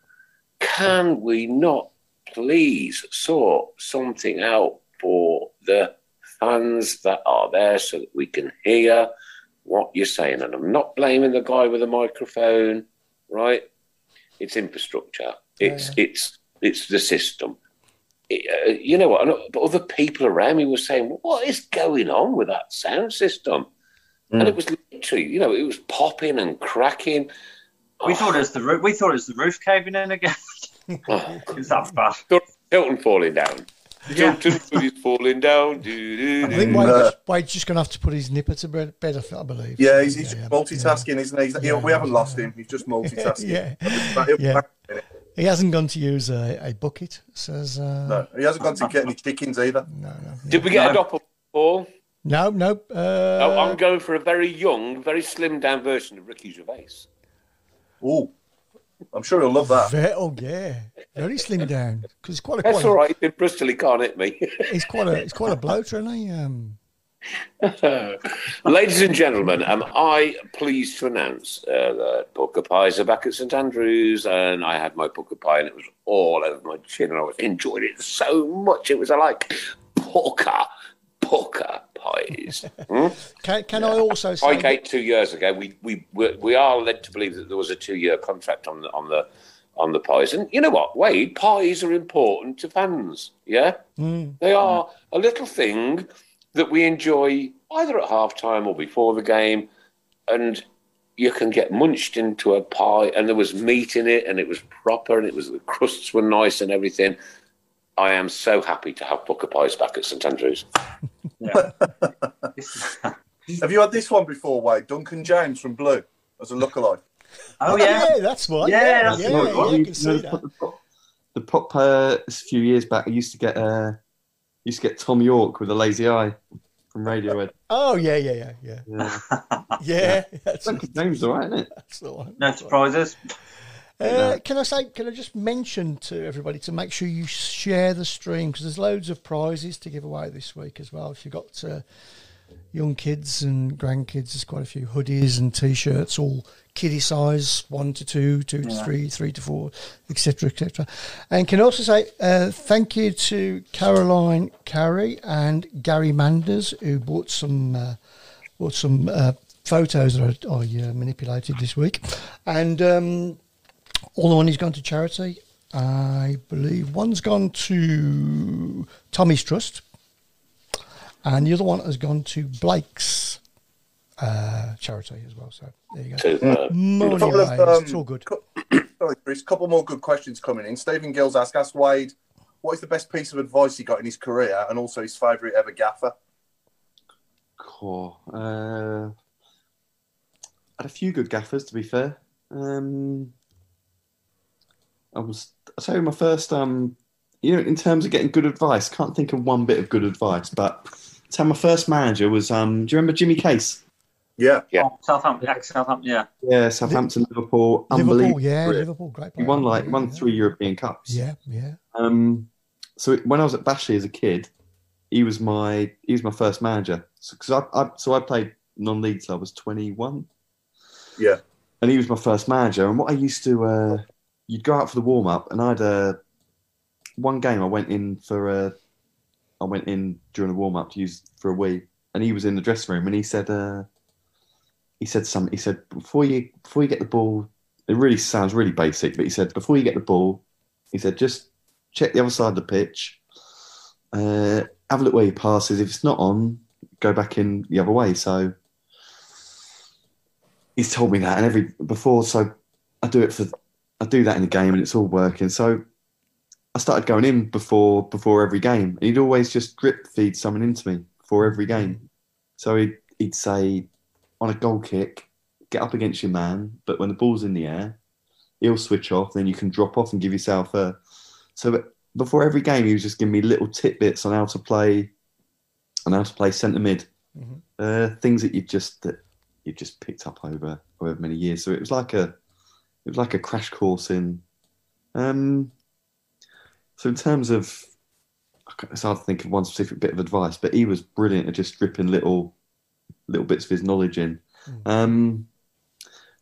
Can we not please sort something out for the fans that are there so that we can hear what you're saying? And I'm not blaming the guy with the microphone, right? It's infrastructure. It's it's it's the system. It, uh, you know what? I'm not- But other people around me were saying, "What is going on with that sound system?" And it was literally, you know, it was popping and cracking. Oh,
We thought it was the roof. We thought it was the roof caving in again. it's that bad.
Hilton falling down. Hilton is falling down. Doo, doo,
I
doo.
think
Mm.
Wade's,
Uh,
Wade's just going to have to put his nipper to bed, bed I think- I believe.
Yeah, he's, he's
yeah, yeah.
multitasking, isn't he? He's, he- we haven't lost him. He's just multitasking.
Yeah.
He'll be
Yeah.
back in a minute.
He hasn't gone to use a, a bucket, says. Uh,
No, he hasn't gone to get any chickens either.
Did we get a doppel ball?
no, no. Uh,
Oh, I'm going for a very young, very slim down version of Ricky Gervais.
Oh, I'm sure he'll love that.
Ve- oh yeah, very slim down because it's quite a.
That's
quite a-
all right. He's been Bristol. He can't hit me.
He's quite a. He's quite a bloater, isn't he? Um,
Ladies and gentlemen, am I pleased to announce uh, that Booker Pies are back at St Andrews, and I had my Booker Pie, and it was all over my chin, and I was enjoying it so much. It was like Porker, Porker Pies. Hmm?
can can I also say?
Spygate two years ago, we, we we we are led to believe that there was a two year contract on the on the on the pies, and you know what, Wade, pies are important to fans. Yeah, they are a little thing that we enjoy either at half time or before the game, and you can get munched into a pie, and there was meat in it, and it was proper, and it was the crusts were nice and everything. I am so happy to have Booker Pies back at St Andrews.
Have you had this one before, Wade? Duncan James from Blue as a lookalike.
Oh, yeah. that's one.
Yeah,
Yeah,
that's
yeah,
one.
yeah,
What
I
you-
can see
the,
that.
pop- the pop uh, a few years back, I used to get uh, used to get Tom York with a lazy eye from Radiohead.
Oh yeah, yeah, yeah, yeah,
Yeah.
yeah. That's,
Duncan James, all right, isn't it?
That's the one.
No surprises.
Uh, can I say? Can I just mention to everybody to make sure you share the stream because there's loads of prizes to give away this week as well. If you've got uh, young kids and grandkids, there's quite a few hoodies and t-shirts, all kiddie size, one to two, two to
Yeah.
three, three to four, etc., etc. And can I also say uh, thank you to Caroline Carey and Gary Manders who bought some uh, bought some uh, photos that I, I uh, manipulated this week, and. Um, all the money's gone to charity. I believe one's gone to Tommy's Trust, and the other one has gone to Blake's uh, charity as well. So there you go.
Superb.
Money
A couple of,
ways.
um,
it's all good.
Sorry, Chris. Couple more good questions coming in. Stephen Gills asked, asked Wade, what is the best piece of advice he got in his career, and also his favourite ever gaffer?
Cool. Uh, had a few good gaffers, to be fair. Um, I was. I tell you, my first. Um, you know, in terms of getting good advice, can't think of one bit of good advice. But I'd say my first manager was. Um, do you remember Jimmy Case?
Yeah,
yeah.
Oh, Southampton, ex Southampton, yeah.
Yeah, Southampton, Liverpool,
Liverpool,
unbelievable.
yeah,
career.
Liverpool, great
He
player.
won like won three European Cups.
Yeah, yeah.
Um, so it- when I was at Bashley as a kid, he was my he was my first manager. So 'cause I, I so I played non-league till I was 21,
Yeah.
and he was my first manager. And what I used to, uh, you'd go out for the warm up, and I'd uh, one game I went in for uh, I went in during the warm up to use for a wee, and he was in the dressing room, and he said. Uh, he said something. He said before you before you get the ball, it really sounds really basic, but he said before you get the ball, he said just check the other side of the pitch, uh, have a look where your pass is. If it's not on, go back in the other way. So he's told me that, and every before, so I do it for I do that in the game, and it's all working. So I started going in before before every game, and he'd always just drip feed someone into me before every game. So he'd he'd say on a goal kick, get up against your man, but when the ball's in the air, he'll switch off. Then you can drop off and give yourself a. So before every game, he was just giving me little tidbits on how to play, on how to play centre mid, uh, things that you just that you just picked up over over many years. So it was like a, it was like a crash course in. Um, so in terms of, it's hard to think of one specific bit of advice, but he was brilliant at just stripping little little bits of his knowledge in. Um,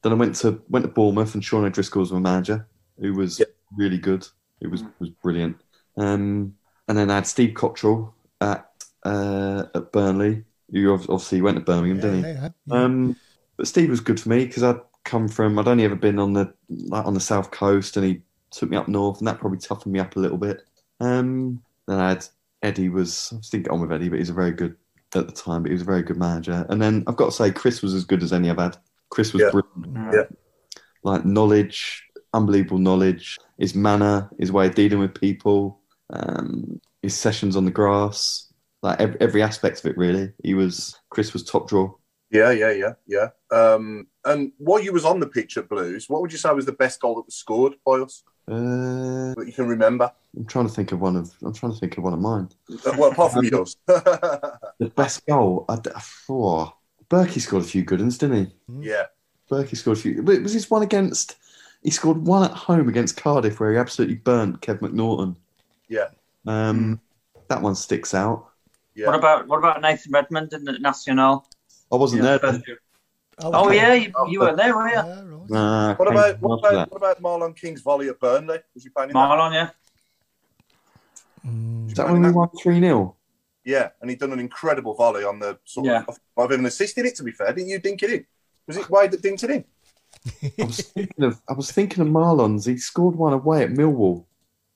then I went to went to Bournemouth, and Sean O'Driscoll was my manager, who was really good. It was was brilliant. Um, and then I had Steve Cottrell at uh, at Burnley. You obviously went to Birmingham, didn't he?
Yeah,
Um, but Steve was good for me because I'd come from I'd only ever been on the like on the south coast, and he took me up north, and that probably toughened me up a little bit. Um, then I had Eddie was I didn't get on with Eddie, but he's a very good at the time, but he was a very good manager. And then I've got to say, Chris was as good as any I've had. Chris was brilliant.
Yeah.
Like knowledge, unbelievable knowledge. His manner, his way of dealing with people, um, his sessions on the grass, like every, every aspect of it. Really, he was Chris was top draw.
Yeah, yeah, yeah, yeah. Um, and while you was on the pitch at Blues, what would you say was the best goal that was scored by us
Uh,
that you can remember?
I'm trying to think of one of. I'm trying to think of one of mine.
Uh, Well, apart from
Um,
yours.
The best goal. I d- oh, Berkey scored a few good ones, didn't he?
yeah.
Berkey scored a few. But was this one against? he scored one at home against Cardiff where he absolutely burnt Kev McNaughton.
Yeah.
Um, That one sticks out.
What about what about Nathan Redmond in the Nacional?
I wasn't
Yeah,
there.
Oh, yeah, you, you were there, were you?
Nah,
What
came
about what
after
about,
that.
what about Marlon King's volley at Burnley? Was he playing in
Marlon, yeah.
Mm.
Is that when we won 3 0?
Yeah, and he'd done an incredible volley on the sort
Yeah.
of. I've even assisted it. To be fair, didn't you dink it in? Was it Wade that dinked it in?
I was thinking of I was thinking of Marlon's. He scored one away at Millwall.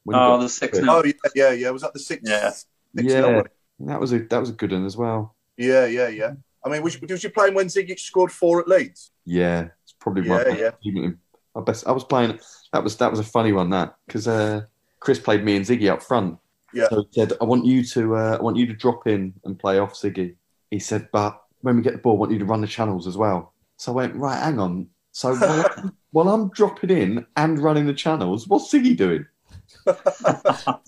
when he got-
Oh yeah, yeah, yeah. Was that the six? Yeah,
Yeah, that was a that was a good one as well.
yeah, yeah, yeah. I mean, was you, was you playing when Zigic scored four at Leeds?
Yeah, it's probably my
Yeah,
best.
yeah.
achievement. My best. I was playing. That was that was a funny one that because uh, Chris played me and Ziggy up front.
Yeah.
So he said, "I want you to uh, I want you to drop in and play off Ziggy." He said, "But when we get the ball, I want you to run the channels as well." So I went, "Right, hang on." So while, I'm- while I'm dropping in and running the channels, what's Ziggy doing?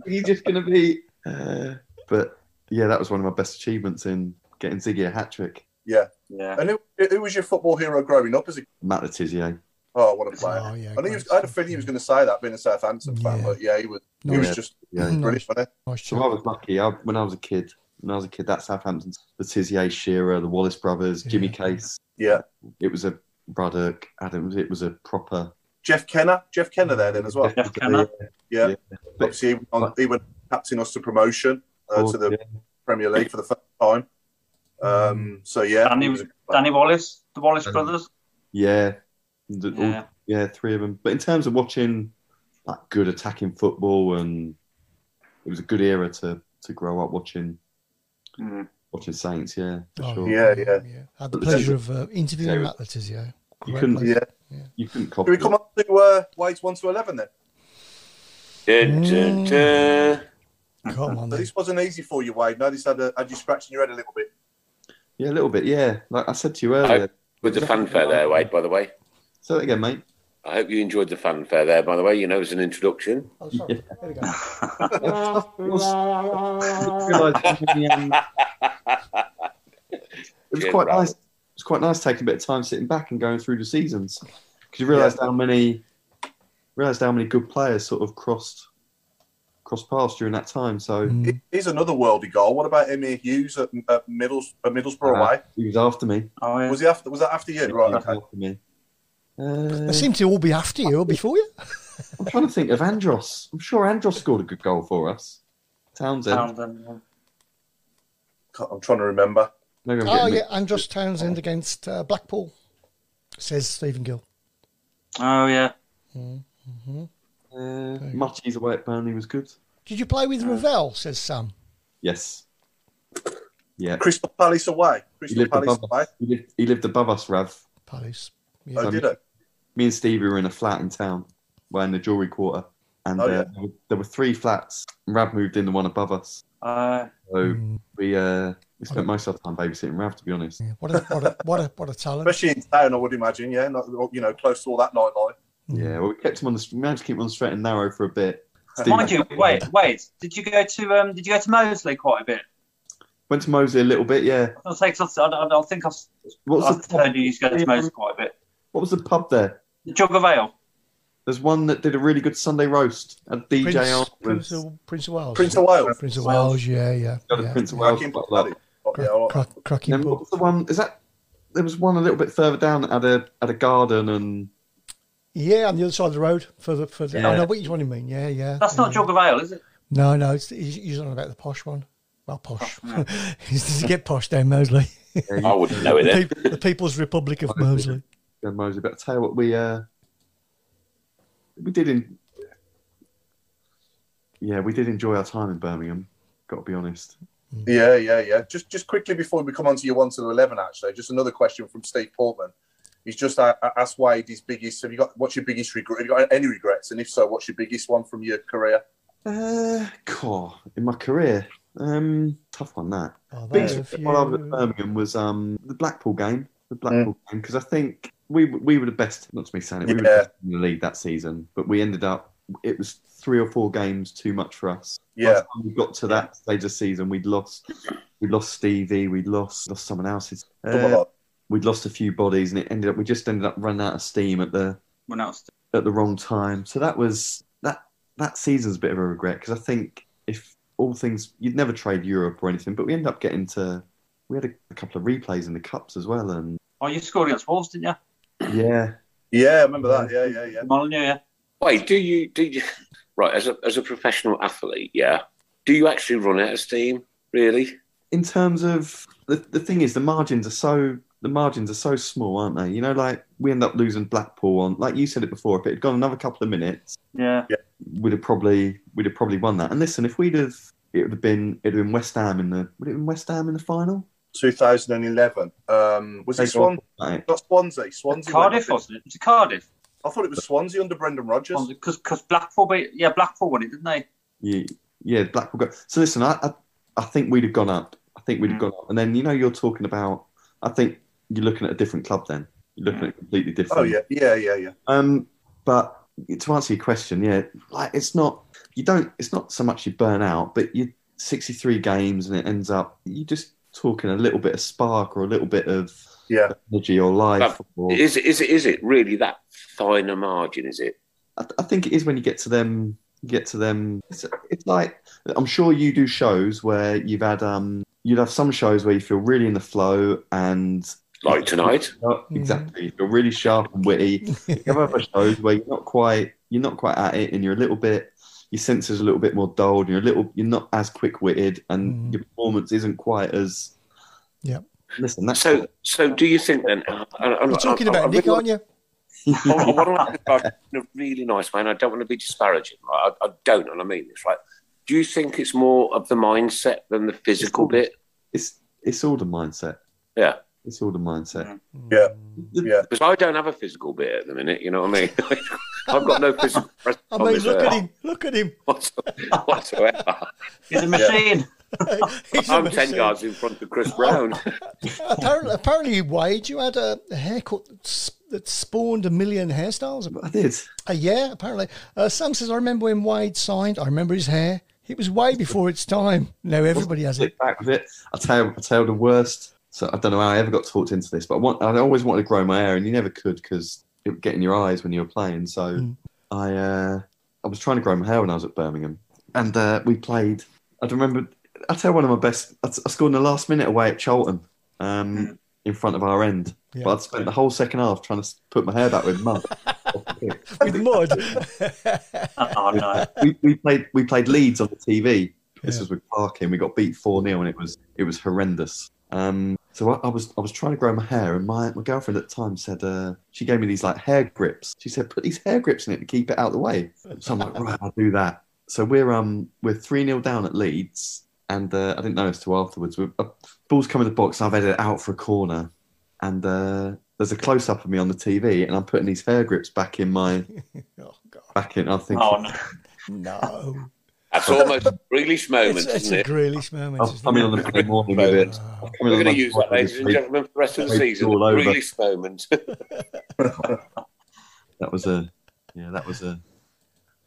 He's just going to be. Uh, but yeah, that was one of my best achievements in getting Ziggy a hat trick.
Yeah,
yeah.
And who, who was your football hero growing up as a
Matt Letizier.
Oh, what a player! I knew he was, I had a feeling he was going to say that, being a Southampton fan, but yeah, he was. He was
Yeah.
just
Yeah.
brilliant. wasn't
So I was lucky. I, when I was a kid, when I was a kid, that Southampton, the Tizier Shearer, the Wallace brothers, Jimmy Case.
Yeah.
It was a Braddock, Adams. It was a proper.
he? Jeff Kenner, Jeff Kenner there then as well.
Jeff Kenner.
Yeah, obviously he went, on, he went captain us to promotion uh,
Oh,
to the Premier League for the first time. Um, so yeah,
Danny was Danny Wallace, the Wallace brothers.
Yeah. The- all-
Yeah.
yeah. three of them. But in terms of watching like good attacking football, and it was a good era to to grow up watching
Mm.
watching Saints. Yeah, for
Oh,
sure.
Yeah, yeah.
I had the pleasure of uh, interviewing Matt Letizia.
You
Great
couldn't,
bloke.
yeah. you couldn't
Can
copy.
we come on to uh, Wade's one to eleven then?
Dun, dun, dun.
Come on,
So this wasn't easy for you, Wade. No, this had, a, had you scratching your head a little bit.
Yeah, a little bit. Yeah, like I said to you earlier.
With the fanfare there, Wade, by the way.
Say that again, mate.
I hope you enjoyed the fanfare there, by the way. You know, as an introduction.
It was
Cheers,
quite
brother.
nice. It was quite nice taking a bit of time sitting back and going through the seasons because you realised how many realised how many good players sort of crossed crossed paths during that time. So
Mm.
Here's another worldy goal. What about Emir Hughes at, at, Middles, at Middlesbrough
Uh-huh.
Uh,
away?
he was after me.
Oh,
Was he after? Was that after you? Right. Okay.
after me. Uh,
They seem to all be after you or before you.
I'm trying to think of Andros. I'm sure Andros scored a good goal for us. Townsend.
God, I'm trying to remember.
Maybe I'm
Oh
getting
yeah, Andros Townsend against uh, Blackpool, says Stephen Gill.
Oh yeah.
Mm-hmm.
Uh, Muchie's away at Burnley was good.
Did you play with Ravel? Says Sam.
Yes. Yeah.
Crystal Palace away.
He
Crystal
lived,
Palace
above
away.
us. He, lived, he lived above us, Rav.
Palace.
Oh, did it?
Me and Stevie were in a flat in town, well, in the jewellery quarter, and
Oh,
uh,
yeah.
there, were, there were three flats. Rav moved in the one above us,
Uh,
so
Mm,
we uh, we spent most of our time babysitting Rav, to be honest.
What a what a what a, what a talent.
Especially in town, I would imagine. Yeah, not, you know, close to all that nightlife.
Yeah, well, we kept him on the we managed to keep him on the straight and narrow for a bit.
mind you, wait, wait. Did you go to um? Did you go to Mosley quite a bit?
went to Mosley a little bit. Yeah,
I'll say, 'cause I, I, I think I've,
What's
I've
the-
heard you used to go to Mosley quite a bit.
what was the pub there?
The Jug of Ale.
There's one that did a really good Sunday roast. A DJ
Prince,
Arnold.
Prince, of, Prince of Wales.
Prince of Wales.
Prince of Wales. Yeah, yeah.
Got the
yeah.
Prince of Wales. like that.
Crack- cracking
Then what was the one? Is that there was one a little bit further down that had a had a garden and
Yeah, on the other side of the road. For the for the. I
Yeah.
know what you want to mean. Yeah, yeah.
That's not
yeah.
Jug of Ale, is it?
No, no. It's, he's, he's on about the posh one. Well, posh.
Oh,
Does it get posh down Mosley?
I wouldn't know it
The,
then.
peop- the People's Republic of Mosley.
yeah, Mosley. But I tell you what, we uh, we did in yeah, we did enjoy our time in Birmingham. Got to be honest.
Yeah, yeah, yeah. Just just quickly before we come on to your one to eleven, actually, just another question from Steve Portman. He's just a- a- asked Wade his biggest. Have you got what's your biggest regret? Have you got any regrets? And if so, what's your biggest one from your career?
Uh, God, in my career, um, tough one that.
Oh,
Biggest
there are a
regret while I was
few.
at Birmingham was um the Blackpool game, the Blackpool game, because I think we we were the best. Not to me saying it, we were the
Yeah.
best in the league that season, but we ended up. It was three or four games too much for us. By
Yeah.
the time we got to that stage of season, we'd lost, we'd lost Stevie, we'd lost lost someone else's.
Double up.
we'd lost a few bodies, and it ended up we just ended up running out of steam at the
when else?
at the wrong time. So that was that that season's a bit of a regret because I think if all things you'd never trade Europe or anything, but we end up getting to we had a, a couple of replays in the cups as well, and
Oh, you scored against Wolves, didn't you?
yeah,
yeah, I remember that. Yeah, yeah, yeah.
Molyneux, yeah.
Wait, do you do you right as a as a professional athlete? Yeah, do you actually run out of steam? Really?
in terms of the the thing is the margins are so the margins are so small, aren't they? You know, like we end up losing Blackpool on like you said it before. If it had gone another couple of minutes,
Yeah.
we'd have probably we'd have probably won that. And listen, if we'd have it would have been it'd have been West Ham in the would it have been West Ham in the final?
2011. Um, was it
Take off,
Swan?
mate.
Not Swansea. Swansea.
Cardiff,
went up.
wasn't it? Was it Cardiff?
I thought it was Swansea under Brendan Rodgers.
Because Blackpool beat, yeah, Blackpool won it, didn't they?
Yeah, yeah, Blackpool go. So listen, I, I, I think we'd have gone up. I think we'd have gone up. And then you know you're talking about. I think you're looking at a different club. Then you're looking at completely different.
Oh yeah, yeah, yeah, yeah.
Um, but to answer your question, yeah, like it's not you don't. It's not so much you burn out, but you 63 games and it ends up you just talking a little bit of spark or a little bit of
Yeah.
energy or life. or,
Is it is it is it really that fine a margin? Is it?
I, I think it is when you get to them. You get to them. It's, it's like I'm sure you do shows where you've had um you'd have some shows where you feel really in the flow and
Like tonight?
Mm.
exactly you feel really sharp and witty. you have other shows where you're not quite you're not quite at it and you're a little bit your senses are a little bit more dulled. And you're a little you're not as quick witted and
Mm.
your performance isn't quite as
Yeah.
listen. That's
So so do you think then? uh, I, I,
You're talking about Nick, aren't you?
I, I want to ask about it in a really nice way, and I don't want to be disparaging. Right? I, I don't, and I mean this. Right? Do you think it's more of the mindset than the physical bit?
it's it's all the mindset.
Yeah.
It's all the
Mm.
mindset.
Yeah,
Because I don't have a physical bit at the minute, you know what I mean? I've got no physical presence
I mean, look at
whatsoever.
him. Look at him.
whatsoever.
He's a machine.
He's a
I'm
machine.
10 yards in front of Chris Brown.
Apparently, apparently, Wade, you had a haircut that, s- that spawned a million hairstyles.
I did.
Uh, yeah, apparently. Uh, Sam says, I remember when Wade signed, I remember his hair. It was way before its time. Now everybody has it.
Stick back with it. I tell I tell the worst. So I don't know how I ever got talked into this, but I want I always wanted to grow my hair, and you never could because it would get in your eyes when you were playing. So I uh, I was trying to grow my hair when I was at Birmingham, and uh, we played. I don't remember. I tell one of my best. I, I scored in the last minute away at Cholton, um, in front of our end.
Yeah.
But I'd spent the whole second half trying to s- put my hair back with mud.
With mud.
oh, no.
we, we played we played Leeds on the TV. This was with Parkin. We got beat four 0 and it was it was horrendous. Um, so I, I was I was trying to grow my hair, and my, my girlfriend at the time said uh, she gave me these like hair grips. She said put these hair grips in it to keep it out of the way. So I'm like right, I'll do that. So we're um we're three 0 down at Leeds, and uh, I didn't know this till afterwards. we uh, ball's come in the box, and I've headed it out for a corner, and uh, there's a close up of me on the TV, and I'm putting these hair grips back in my
oh, God.
back in. I think
Oh, no.
No.
That's almost a Grealish moment,
It's, it's
isn't
a
it?
Grealish moment.
I've
isn't
come in
it?
Oh, on the Monday morning with it. I've come in
We're
on
going to
the
use that,
Monday
ladies and
morning.
gentlemen, for the rest of the
It's
season.
all over.
Grealish moment.
That was a, yeah, that was a,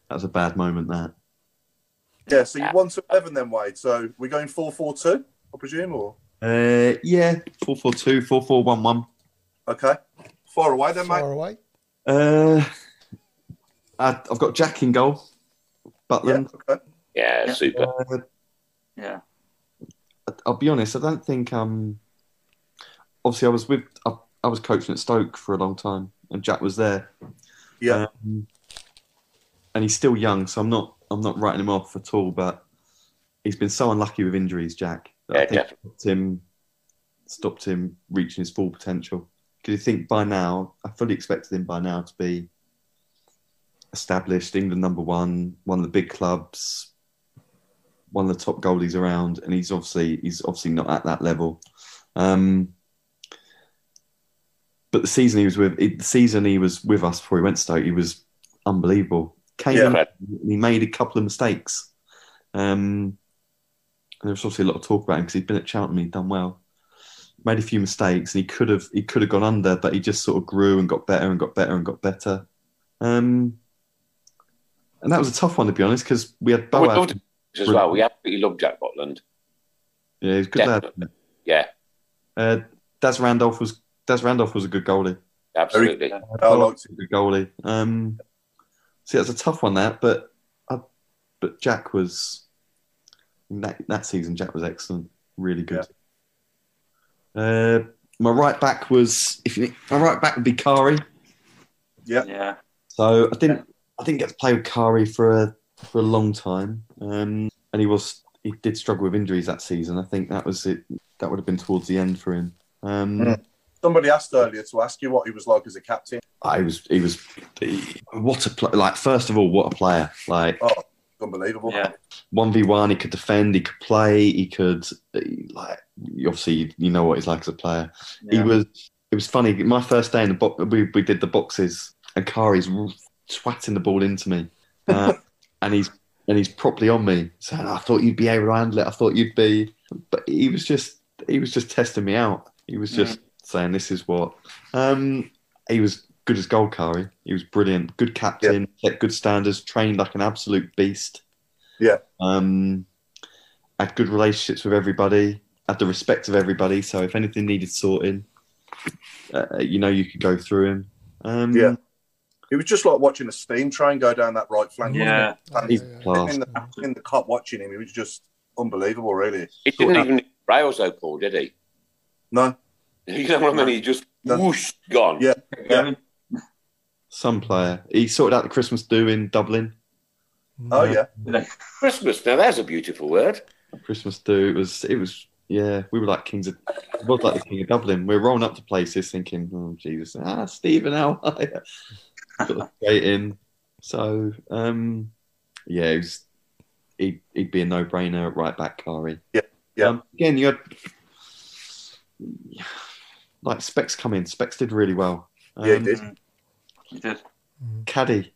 that was a bad moment. That
Yeah, so you won to 11 then, Wade. So we're going 4 4 2, I presume, or?
uh, yeah, four four two, four four one one.
Okay. Far away then, mate.
Far away.
Uh, I, I've got Jack in goal.
Yeah,
Butland.
okay.
yeah, super.
Uh,
Yeah.
I- I'll be honest. I don't think. Um, obviously, I was with. I, I was coaching at Stoke for a long time, and Jack was there,
Yeah.
and he's still young, so I'm not. I'm not writing him off at all. But he's been so unlucky with injuries, Jack. That I
Yeah,
think stopped him stopped him reaching his full potential. Because you think by now, I fully expected him by now to be established England number one, one of the big clubs, one of the top goalies around, and he's obviously he's obviously not at that level. Um, but the season he was with it, the season he was with us before he went to Stoke, he was unbelievable. Came
Yeah.
in and he made a couple of mistakes. Um, and there was obviously a lot of talk about him because he'd been at Cheltenham, he'd done well, made a few mistakes, and he could have he could have gone under, but he just sort of grew and got better and got better and got better. Um, and that was a tough one to be honest because we had
Oh, we
Boaz.
loved him as well. We absolutely love Jack Botland.
Yeah, he's a good lad.
Definitely. Yeah,
Uh, Daz Randolph was Daz Randolph was a good goalie.
Absolutely.
I like to the goalie. Um, see, that's a tough one, that. But I, but Jack was that, that season. Jack was excellent, really good. Uh, my right back was if you, my right back would be Kari.
Yeah.
Yeah.
So I didn't I didn't get to play with Kari for a for a long time, um, and he was he did struggle with injuries that season. I think that was it. That would have been towards the end for him. Um,
Mm. Somebody asked earlier to ask you what he was like as a captain.
I was he was he- what a pl- like first of all what a player like
Oh, unbelievable.
Yeah.
one v one he could defend he could play he could he, like you- obviously you know what he's like as a player he
Yeah.
was it was funny my first day in the box we, we did the boxes and Kari's r- swatting the ball into me uh, and he's and he's properly on me saying I thought you'd be able to handle it I thought you'd be but he was just he was just testing me out he was just saying this is what um, he was good as gold, Kari. He was brilliant. Good captain, set good standards, trained like an absolute beast.
Yeah.
Um, had good relationships with everybody, had the respect of everybody. So if anything needed sorting, uh, you know, you could go through him. Um,
Mm. Yeah. It was just like watching a steam train go down that right flank.
Yeah.
Wasn't
He's
it? And
class.
in, the, in the cup watching him, it was just unbelievable, really.
It didn't even rails though, Paul, did he?
No.
You know what I mean? He just
No.
whoosh gone.
Yeah. Yeah.
Some player. He sorted out the Christmas do in Dublin.
Oh, yeah.
Christmas. Now there's a beautiful word.
Christmas do. It was, it was, yeah, we were like kings of, it was like the king of Dublin. We were rolling up to places thinking, oh, Jesus, ah, Stephen, how are you? Got the straight in. So, um, yeah, it was, he'd, he'd be a no brainer at right back, Kari.
Yeah, yeah.
Um, again, you had, like, Specs come in. Specs did really well.
Yeah, he
Um,
did.
Mm. He did.
Caddy.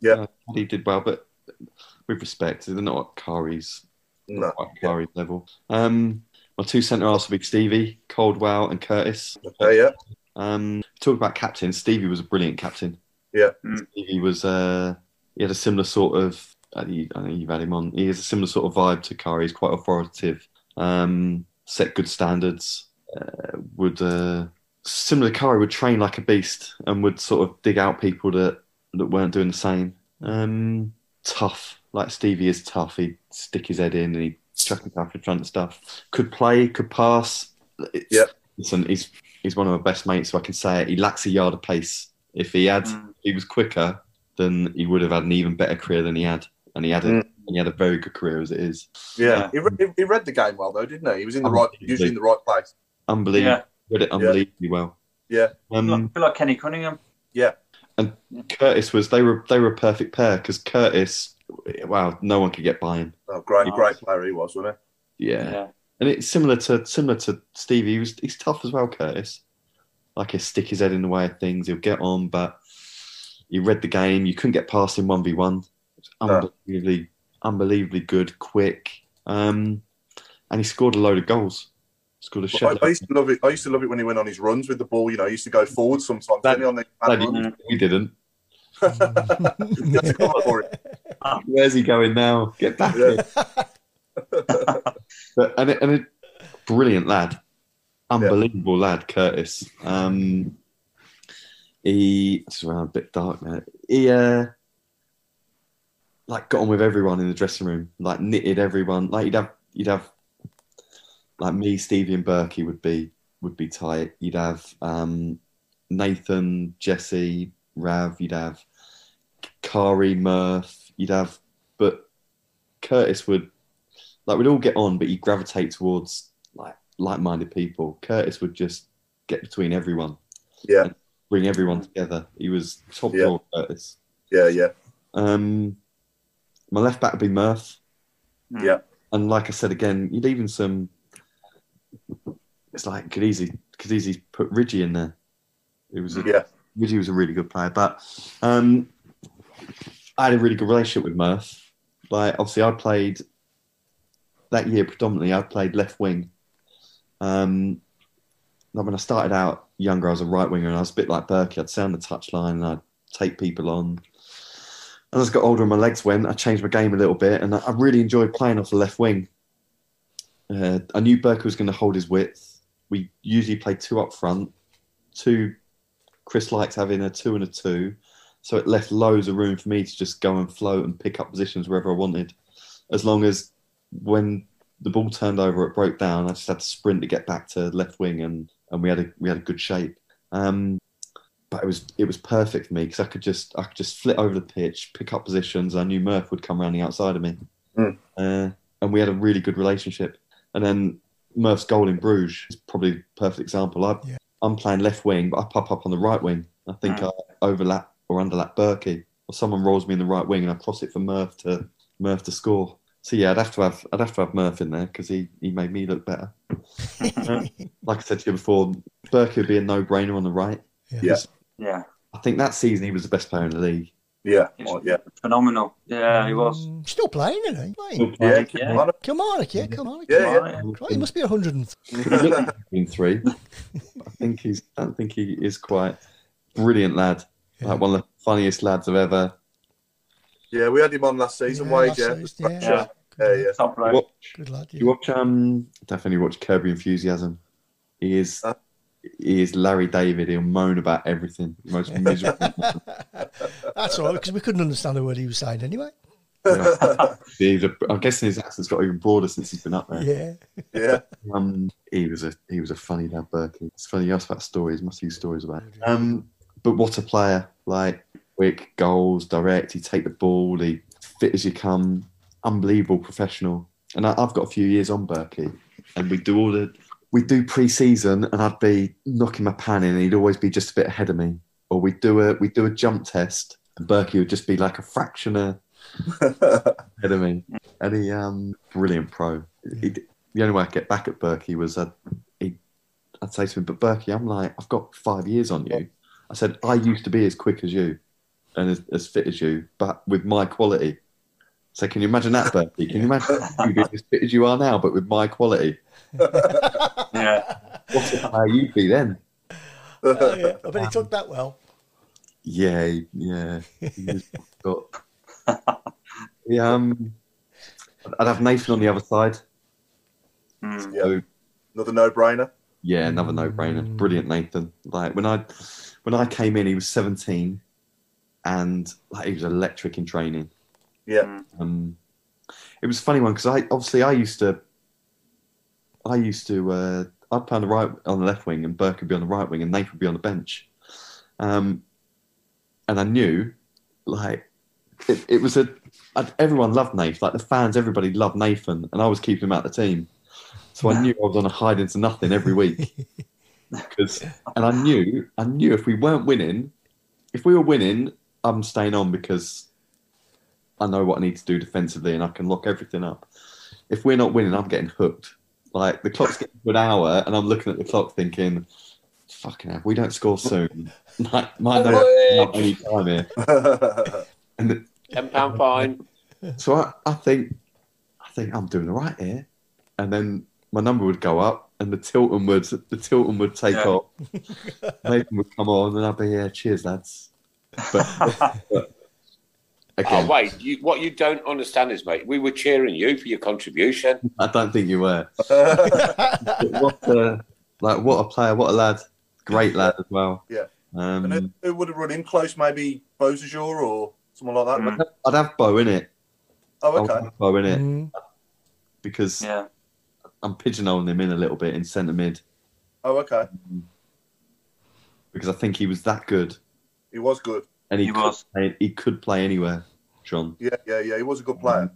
Yeah.
Uh, Caddy did well, but with respect, they're not at Kari's
No.
quite Curry's level. Um, my two centre halves will be Stevie, Coldwell, and Curtis.
Okay, yeah.
Um, talk about captain. Stevie was a brilliant captain.
Yeah.
Mm.
Stevie was. Uh, he had a similar sort of. I think I think you've had him on. He has a similar sort of vibe to Curry. He's quite authoritative. Um, set good standards. Uh, would uh, similar to Curry would train like a beast and would sort of dig out people that that weren't doing the same. Um, tough. Like Stevie is tough. He'd stick his head in and he'd chuck himself in front of stuff. Could play, could pass. It's,
Yep.
Listen, he's he's one of my best mates, so I can say it. He lacks a yard of pace. If he had,
Mm.
he was quicker, then he would have had an even better career than he had, and he had a,
Mm.
and he had a very good career as it is.
Yeah. He, re- he- he read the game well, though, didn't he? He was in the right,
Unbelievably.
usually in the right place.
Unbelievable.
Yeah.
Read it unbelievably well.
Yeah.
Um,
I feel like Kenny Cunningham.
Curtis was they were they were a perfect pair because Curtis, wow, no one could get by him.
Oh, great,
Nice.
great player he was, wasn't
yeah. and it's similar to similar to Stevie. He was, he's tough as well, Curtis. Like he'll stick his head in the way of things. He'll get on, but you read the game. You couldn't get past him one v one.
No.
Unbelievably, unbelievably good, quick, um, and he scored a load of goals. Scored a
he? I,
shitload.
I used to love it. I used to love it when he went on his runs with the ball. You know, he used to go forward sometimes.
That-
didn't he, on the
Glad
bad run?
you- We didn't.
He had to cover for it.
Where's he going now? Get back!
Yeah.
here. but, and it, and it, brilliant lad, unbelievable lad, Curtis. Um, he it's around a bit dark now. He uh, like got on with everyone in the dressing room, like knitted everyone. Like you'd have you'd have like me, Stevie, and Berkey would be would be tight. You'd have um, Nathan, Jesse, Rav. You'd have Kari, Murph. You'd have but Curtis would like we'd all get on, but he'd gravitate towards like like-minded people. Curtis would just get between everyone,
Yeah,
bring everyone together. He was top
Yeah.
drawer Curtis.
yeah, yeah,
Um, my left back would be Murph,
Mm.
yeah.
and like I said again, you'd even some. It's like could easily could easily put Ridgie in there. It was a,
Yeah.
Ridgie was a really good player, but um, I had a really good relationship with Murph. Like obviously, I played that year predominantly. I played left wing. Um, like when I started out younger, I was a right winger, and I was a bit like Berkey. I'd stay on the touchline and I'd take people on. And as I got older and my legs went, I changed my game a little bit, and I I really enjoyed playing off the left wing. Uh, I knew Berkey was going to hold his width. We usually played two up front, two Chris likes having a two and a two, so it left loads of room for me to just go and float and pick up positions wherever I wanted, as long as when the ball turned over, it broke down. I just had to sprint to get back to left wing, and, and we had a we had a good shape. Um, but it was it was perfect for me because I could just I could just flit over the pitch, pick up positions. I knew Murph would come around the outside of me,
Mm.
uh, and we had a really good relationship. And then Murph's goal in Bruges is probably a perfect example. I, I'm playing left wing, but I pop up on the right wing. I think
Mm.
I overlap or underlap Berkey, or someone rolls me in the right wing, and I cross it for Murph to Murph to score. So yeah, I'd have to have I'd have to have Murph in there because he, he made me look better. Uh, like I said to you before, Berkey would be a no brainer on the right.
Yeah.
Yeah.
I think that season he was the best player in the league.
Yeah, yeah,
phenomenal. Yeah, he was.
Mm. Still playing, isn't he? Playing.
Yeah,
yeah. Come on, yeah, come on.
Yeah,
come
yeah.
on. Christ, He must be 103.
He looked like he was in three. but I think he's. I don't think he is quite brilliant lad. Like one of the funniest lads I've ever.
Yeah, we had him on last season,
Yeah,
Wade.
last
Yeah,
season, yeah.
yeah, yeah. yeah.
Top bloke.
What,
Good lad.
You watch um definitely watch Kirby Enthusiasm. He is he is Larry David. He'll moan about everything. Most miserable.
That's all right, because we couldn't understand a word he was saying anyway.
he's a, I'm guessing his accent's got even broader since he's been up there.
Yeah.
Yeah.
Um, he was a he was a funny lad, Berkey. It's funny you asked about stories. Must few stories about. Him. Um, but what a player! Like quick goals, direct. He take the ball. He fit as you come. Unbelievable professional. And I, I've got a few years on Berkey, and we do all the we do pre-season, and I'd be knocking my pan in, and he'd always be just a bit ahead of me. Or we do a we do a jump test, and Berkey would just be like a fraction of ahead of me. And he, um, brilliant pro. He, the only way I could get back at Berkey was I'd, he, I'd say to him, but Berkey, I'm like, I've got five years on you. I said, I used to be as quick as you and as, as fit as you, but with my quality. So can you imagine that, Berkey? Can you imagine you being as fit as you are now, but with my quality?
yeah.
What a player you'd be then.
Oh, yeah. I bet he took that well.
Yeah, he- yeah. He was got- yeah um, I'd have Nathan on the other side. So,
Another no-brainer.
Yeah, another no-brainer.
Mm.
Brilliant, Nathan. Like when I when I came in, he was 17, and like he was electric in training.
Yeah.
Um, it was a funny one because I obviously I used to I used to uh, I'd play on the right on the left wing, and Burke would be on the right wing, and Nathan would be on the bench. Um, and I knew like it, it was a I'd, everyone loved Nathan, like the fans, everybody loved Nathan, and I was keeping him out of the team. So I knew I was on a hide into nothing every week. 'Cause- and I knew, I knew if we weren't winning, if we were winning, I'm staying on because I know what I need to do defensively and I can lock everything up. If we're not winning, I'm getting hooked. Like the clock's getting to an hour, and I'm looking at the clock thinking, "Fucking hell, if we don't score soon. Might might not have any time here." Um, And the-
Ten pound fine.
so I, I think I think I'm doing all right here. And then my number would go up and the Tilton would the Tilton would take
Yeah.
off. Nathan would come on and I'd be yeah, cheers lads. But, but-
Oh
again,
wait, you, what you don't understand is, mate, we were cheering you for your contribution.
I don't think you were. But what a, like what a player, what a lad. Great lad as well.
Yeah.
Um,
Who- Who would have run in close? Maybe Bozajor or someone like that.
Mm.
I'd have Bo in it.
Oh,
I would
okay.
have Bo in it
Mm.
because
Yeah.
I'm pigeonholing him in a little bit in centre mid
Oh, okay.
because I think he was that good.
He was good.
and he,
He
could
was.
play, he could play anywhere, John.
Yeah, yeah, yeah. He was a good player.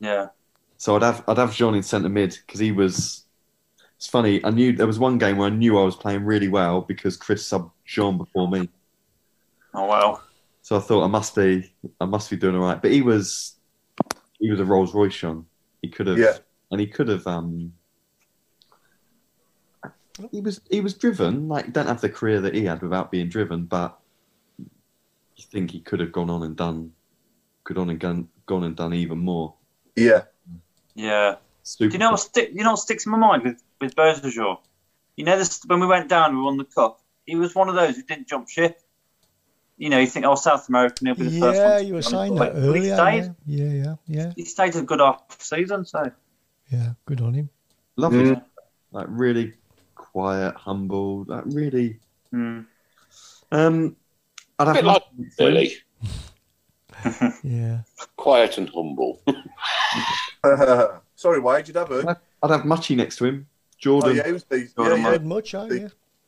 Yeah.
So I'd have I'd have John in centre mid because he was. It's funny. I knew there was one game where I knew I was playing really well because Chris subbed John before me.
Oh well.
So I thought I must be I must be doing all right. But he was he was a Rolls Royce John. He could have
Yeah.
and he could have um he was he was driven, like you don't have the career that he had without being driven, but you think he could have gone on and done could on and gone gone and done even more.
Yeah.
Yeah.
Super
Do you know what stick? You know what sticks in my mind with with Bergeron? You know this when we went down, we won the cup. He was one of those who didn't jump ship. You know, you think, oh, South American, he'll be the first one.
Yeah,
to
you were
be on
saying
the
that
plane. But
earlier.
He
Yeah,
stayed.
yeah, yeah, yeah,
He stayed a good off season, so
yeah. Good on him.
lovely
Mm.
like really quiet, humble, like really
mm.
Um, I'd
a bit like Billy,
yeah.
quiet and humble.
Sorry, Wade, you'd have her.
I'd have Muchie next to him.
Oh,
Jordan.
yeah, he was the.
Jordan
yeah,
Much.
yeah.
much, are you?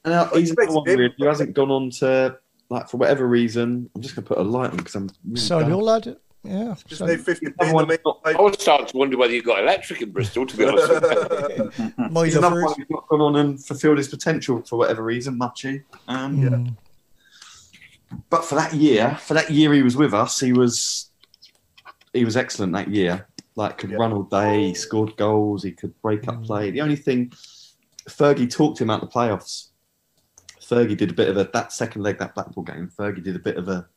And now, he's
Expected
another one
him.
weird who hasn't gone on to like for whatever reason. I'm just gonna put a light on because I'm really
So
done.
your lad, yeah.
Just
so-
need 50
Another
in the
one-
middle.
I was starting to wonder whether you got electric in Bristol. To be honest, with you.
my
He's another
lovers.
one who's not gone on and fulfilled his potential for whatever reason, Muchie. Um,
Mm.
But for that year, for that year he was with us, he was he was excellent that year. Like could
Yeah.
run all day, he scored goals, he could break up play. The only thing Fergie talked him out the playoffs. Fergie did a bit of a that second leg that Blackpool game. Fergie did a bit of a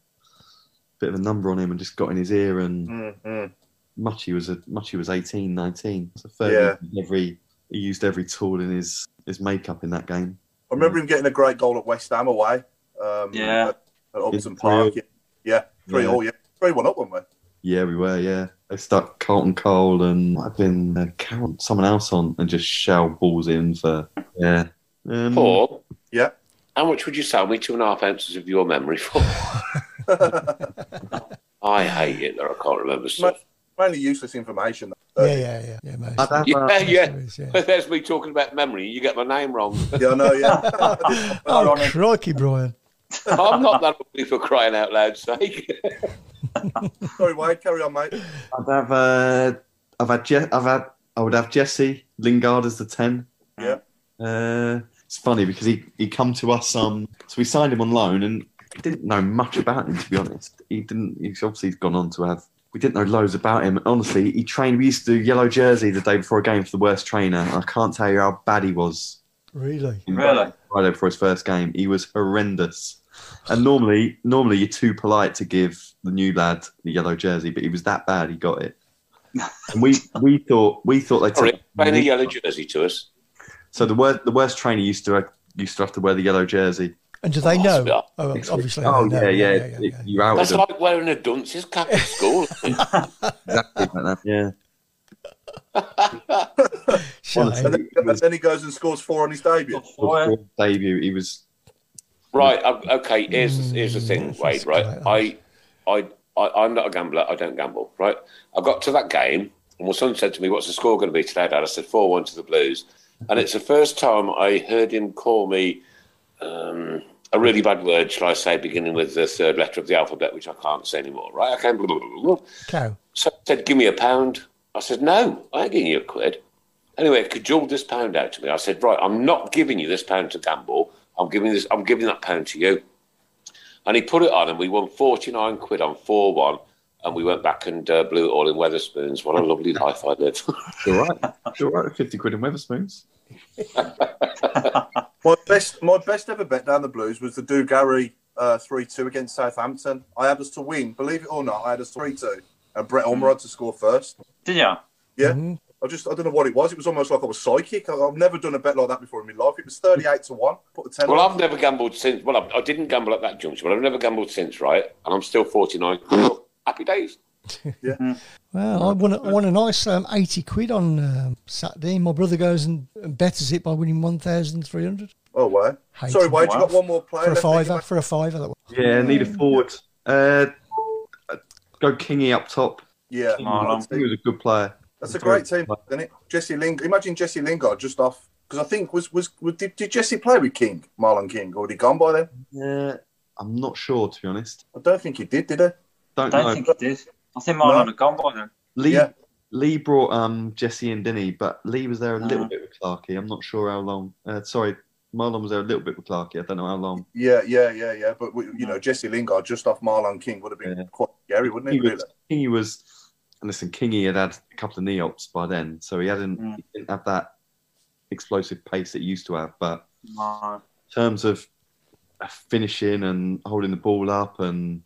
bit of a number on him and just got in his ear and
Mm,
Mm-hmm.
mm.
much he was a much he was 18 19 so Fergie used every he used every tool in his his makeup in that game
I remember him getting a great goal at West Ham away. Um,
Yeah.
At, at Upton
It's real.
Park. Yeah. Yeah. Three
Yeah.
all, yeah. Three one up, weren't we?
yeah we were yeah they stuck Carlton Cole and might have been uh, Carol, someone else on and just shell balls in for yeah um,
Paul,
Yeah.
how much would you sell me two and a half ounces of your memory for? I hate it that I can't remember
Ma-
stuff.
mainly useless information.
Uh,
though.
Yeah, yeah, yeah, yeah, mate.
I'd have, uh,
Yeah, yeah.
There is, yeah.
There's me talking about memory. You get my name wrong.
Yeah, I know, yeah.
Oh, crikey, Brian.
I'm not that ugly for crying out loud's sake.
Sorry, Wade, carry on, mate.
I'd have uh, I've had Je- I've had I would have Jesse Lingard as the 10
Yeah.
Uh, it's funny because he he come to us. Um, so we signed him on loan, and I didn't know much about him to be honest. He didn't. He's obviously gone on to have. We didn't know loads about him. Honestly, he trained. We used to do yellow jersey the day before a game for the worst trainer. I can't tell you how bad he was.
Really?
Really?
Friday before his first game, he was horrendous. And normally, normally you're too polite to give the new lad the yellow jersey, but he was that bad. He got it. And we we thought we thought they
Sorry, playing a yellow jersey to us.
So the worst the worst trainer used to used to have to wear the yellow jersey.
And do they
Oh,
know?
yeah.
Oh, obviously.
oh
they
yeah,
know.
yeah,
yeah,
It-
yeah.
You outed
That's
them.
like wearing a dunce's cap at school.
exactly like that. Yeah,
Shame.
And then, and then he goes and scores four on his debut.
Boy,
Before debut. He was
right. um, Okay. Here's the, here's the thing,
Mm,
Wade.
that's
Right. I,
quite
I, I, I'm not a gambler. I don't gamble. Right. I got to that game, and my son said to me, "What's the score going to be today, Dad?" I said, "4-1 to the Blues." And it's the first time I heard him call me um, a really bad word, shall I say, beginning with the third letter of the alphabet, which I can't say anymore. Right. I came. Blah, blah, blah, blah.
Cow.
So I said, Give me a pound. I said, No, I ain't giving you a quid. Anyway, cajoled this pound out to me. I said, Right, I'm not giving you this pound to gamble. I'm giving this I'm giving that pound to you. And he put it on and we won forty nine quid on four one and we went back and uh, blew it all in Weatherspoons. What a lovely life I lived.
it's all right. It's all right. Fifty quid in Weatherspoons.
My best, my best ever bet down the Blues was the Dugarry uh, three two against Southampton. I had us to win, believe it or not. I had us three two, and Brett Ormerod to score first.
Did ya?
Yeah, I just I don't know what it was. It was almost like I was psychic. I, I've never done a bet like that before in my life. It was thirty eight to one. Put a ten.
well,
on.
I've never gambled since well I, I didn't gamble at that juncture, but I've never gambled since, right? And I'm still forty nine quid. Happy days.
Well, I won, a- I won a nice um, 80 quid on um, Saturday. My brother goes and and betters it by winning 1,300
Oh, wow.
Hated
Sorry, Wade, you
Wow.
got one more
Oh,
player
for a
left, haven't you,
fiver. For a fiver, that was.
Yeah, need a forward. Uh, go Kingy up top.
mate? Yeah,
Marlon.
He was a good player.
that's a great team, isn't it? Jesse Lingard. Imagine Jesse Lingard just off because I think was was, was did, did Jesse play with King Marlon King or had he gone by then?
Yeah, I'm not sure to be honest.
I don't think he did, did he?
Don't,
I don't
know.
think it did. I think Marlon
No.
had gone by then.
Lee
Yeah.
Lee brought um Jesse and Dinny, but Lee was there a little
Uh.
bit with Clarkey. I'm not sure how long. Uh, sorry, Marlon was there a little bit with Clarkey. I don't know how long.
Yeah, yeah, yeah, yeah. But we, you know, Jesse Lingard just off Marlon King would have been
Yeah.
quite scary, wouldn't
He
it?
was, he was. And listen, Kingy had had a couple of knee ops by then, so he hadn't
Mm.
he didn't have that explosive pace that he used to have. But
No.
in terms of finishing and holding the ball up, and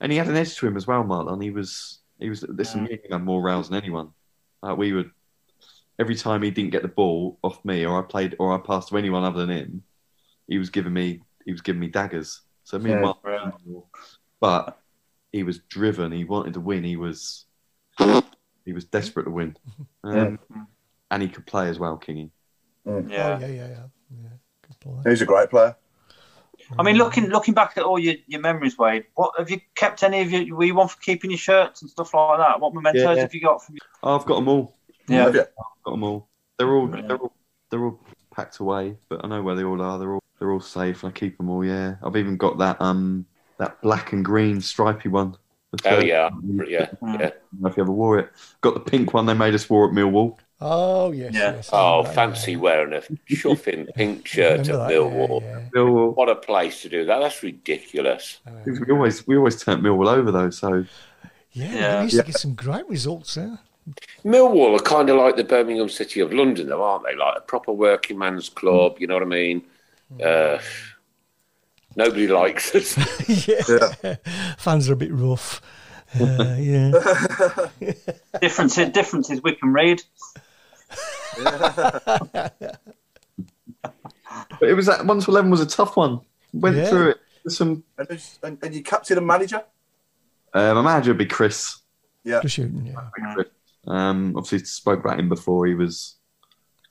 and he had an edge to him as well, Marlon. He was he was listen,
Yeah.
me and him had more rounds than anyone. Like we would every time he didn't get the ball off me, or I played, or I passed to anyone other than him, he was giving me he was giving me daggers. So me and
Yeah,
Marlon, but he was driven. He wanted to win. He was he was desperate to win, um, and he could play as well, Kingy.
Yeah.
Oh, yeah, yeah, yeah. yeah. Good
Really.
play.
He's a great player.
I mean, looking looking back at all your, your memories, Wade, what have you kept any of your? Were you one for keeping your shirts and stuff like that? What mementos
Yeah.
have you got from?
Oh, I've got them all.
Yeah.
I've got them all. They're all they're all they're all packed away, but I know where they all are. They're all they're all safe, and I keep them all. Yeah, I've even got that um that black and green stripy one.
Oh, yeah. Yeah,
yeah. I
Hmm.
don't know if you ever wore it. Got the pink one they made us wear at Millwall.
Oh yes. yes.
Oh, fancy wearing a chuffing pink shirt at
Remember that,
Millwall.
Millwall.
What a place to do that. That's ridiculous.
We always we always turned Millwall over though, so
Uh, Yeah,
Yeah.
we used
Yeah.
to get some great results there.
Millwall are kind of like the Birmingham City of London, though, aren't they? Like a proper working man's club. You know what I mean? Uh, nobody likes us.
yeah. Fans are a bit rough. Uh, yeah.
difference is difference is Wickham Reed.
But it was that one to eleven was a tough one. Went
Yeah.
through it. There's some
And, there's- and, and your captain and manager?
uh, my manager would be Chris.
Yeah.
Um, obviously spoke about him before. He was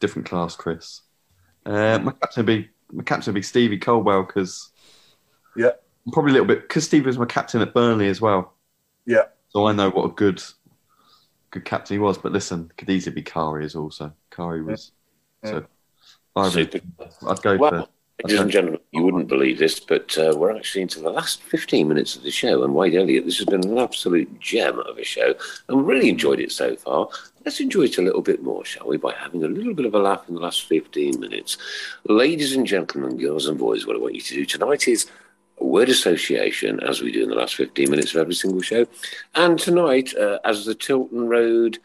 different class, Chris. Uh, my captain would be my captain would be Stevie Colwell because
yeah,
probably a little bit because Stevie was my captain at Burnley as well.
Yeah.
So I know what a good good captain he was. But listen, could easily be Kari as also. Kari was so. Ivan, I'd go
Well,
for.
Ladies and gentlemen, you wouldn't believe this, but uh, we're actually into the last 15 minutes of the show. And Wade Elliott, this has been an absolute gem of a show. And we really enjoyed it so far. Let's enjoy it a little bit more, shall we, by having a little bit of a laugh in the last 15 minutes. Ladies and gentlemen, girls and boys, what I want you to do tonight is a word association, as we do in the last 15 minutes of every single show. And tonight, uh, as the Tilton Road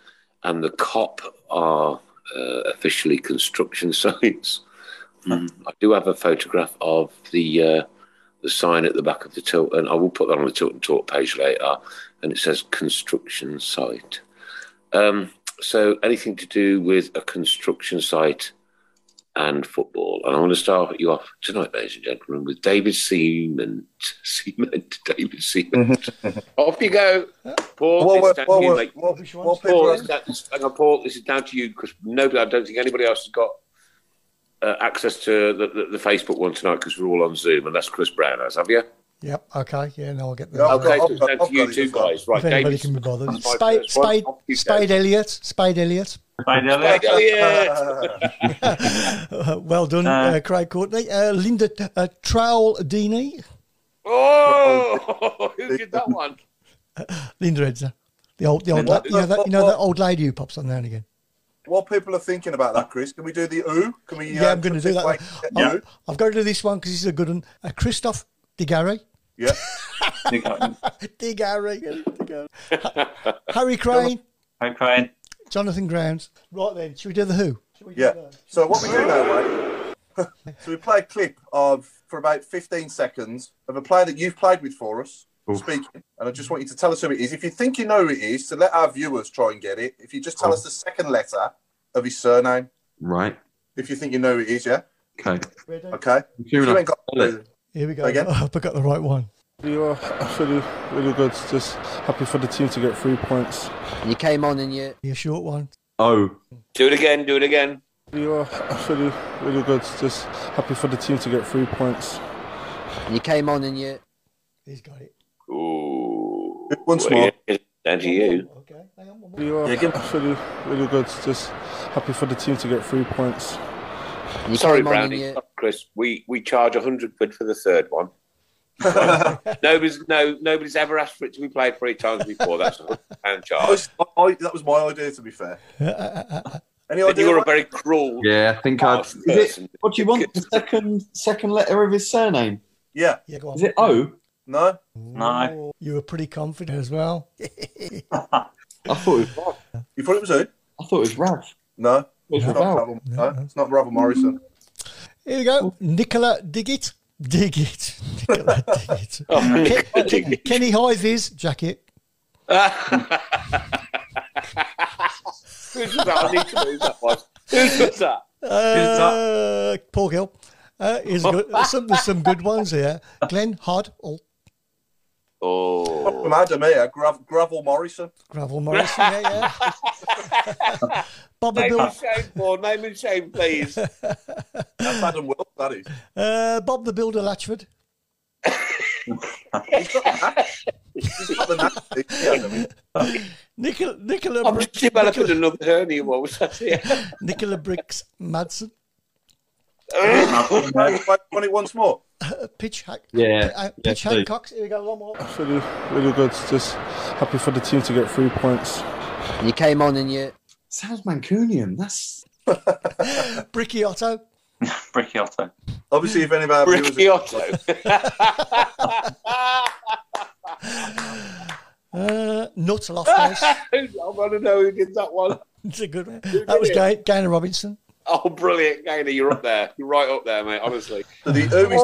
and the COP are uh, officially construction sites. I do have a photograph of the uh, the sign at the back of the Tilton. I will put that on the Tilton Talk page later, and it says construction site. Um, so anything to do with a construction site and football. And I'm going to start you off tonight, ladies and gentlemen, with David Seaman. Seaman, David Seaman. off you go. Paul,
Well, well,
it's down
well,
to you,
well,
mate.
well,
Paul,
well, people-
it's down- hang on, Paul, this is down to you because nobody, I don't think anybody else has got uh, access to the, the, the Facebook one tonight because we're all on Zoom, unless Chris Brown has. Have you?
Yep. Okay. Yeah. No, I'll get the.
okay, so it's down to you two guys. Right,
if anybody
David.
can be bothered.
That's my
Spade,
first one.
Spade,
Off you go.
Spade Elliot, Spade Elliot.
Spade
Elliott. Spade
Uh, well done,
Uh,
uh, Craig Courtney. Uh, Linda uh, Trowell Deeney,
Oh, who did that one?
Linda Edzer. The old, the old,
Linda.
you know that, you know that old lady who pops on now and again.
What people are thinking about that, Chris? Can we do the ooh? Can we?
Yeah, I'm going to do that. I've, I've got to do this one because this is a good one. Uh, Christoph DeGarry.
Yeah.
DeGarry. DeGarry. Harry Crane.
Harry Crane.
Jonathan Grounds. Right then, should we do the Who?
Yeah. So what we do now, right? so we play a clip of for about 15 seconds of a player that you've played with for us
Oof.
speaking, and I just want you to tell us who it is. If you think you know who it is, to let our viewers try and get it. If you just tell us the second letter of his surname,
Right.
if you think you know who it is, yeah.
Okay.
Okay. If you ain't got-
Here we go.
Again?
Oh, I forgot the right one.
You are feeling really good. Just happy for the team to get three points. You came on and you.
Your short one.
Oh.
Do it again, do it again.
You are feeling really good. Just happy for the team to get three points. You came on and you.
Ooh.
Once
Well,
more.
yeah, Down to you.
You are feeling really good. Just happy for the team to get three points.
Sorry, Brownie. Sorry, Chris, we, we charge 100 quid for the third one. nobody's no nobody's ever asked for it to be played three times before. That's a hundred pound
I
charge.
was- I- I- that was my idea, to be fair. Any
Then
idea?
you're a
Wayne?
very cruel.
Yeah, I think I'd. Is it,
person.
what do you want? The second second letter of his surname.
Yeah.
Yeah, go on.
Is it O?
No.
Oh.
No. You were pretty confident as well.
I thought it was Rav.
You thought it was who?
I thought it was Rav.
No. it's,
It's
not
Ravel.
Ravel, no, it's not Ravel Morrison.
Here we go. Nicola Diggett. Diggett. Nicola Diggett.
Oh,
Ken- Ken- Kenny Hive's jacket.
Who's that? I need to know who that was. Who's that?
Uh, Paul Gill. Uh, here's a good, some, there's some good ones here. Glenn Hod. Oh,
Oh.
From Adam here, Grav- Gravel Morrison.
Gravel Morrison. Yeah, yeah. Bobby
Name
Bill.
and shame, Paul. Name and shame, please.
That's Adam Wilk, that is.
Uh, Bob the Builder Latchford. Nicola, Nicola,
I'm
Brick-
just developing
Nicola,
another hernia. What was that? Yeah.
Nicola Briggs Madsen.
Twenty once more.
Pitch hack.
Yeah,
Uh,
yeah,
pitch
please.
Hancock. Here we go. One more.
Really, really good. Just happy for the team to get three points.
You came on and you sounds Mancunian. That's
Bricky Otto.
Bricky Otto.
Obviously, if any of our viewers
Ricky Otto.
Uh, Nut Loftus.
I want to know who did that one.
It's a good one.
did
That was
it?
Ga- Gaynor Robinson.
Oh, brilliant, Gaynor! You're up there. You're right up there, mate. Honestly.
So the Umi's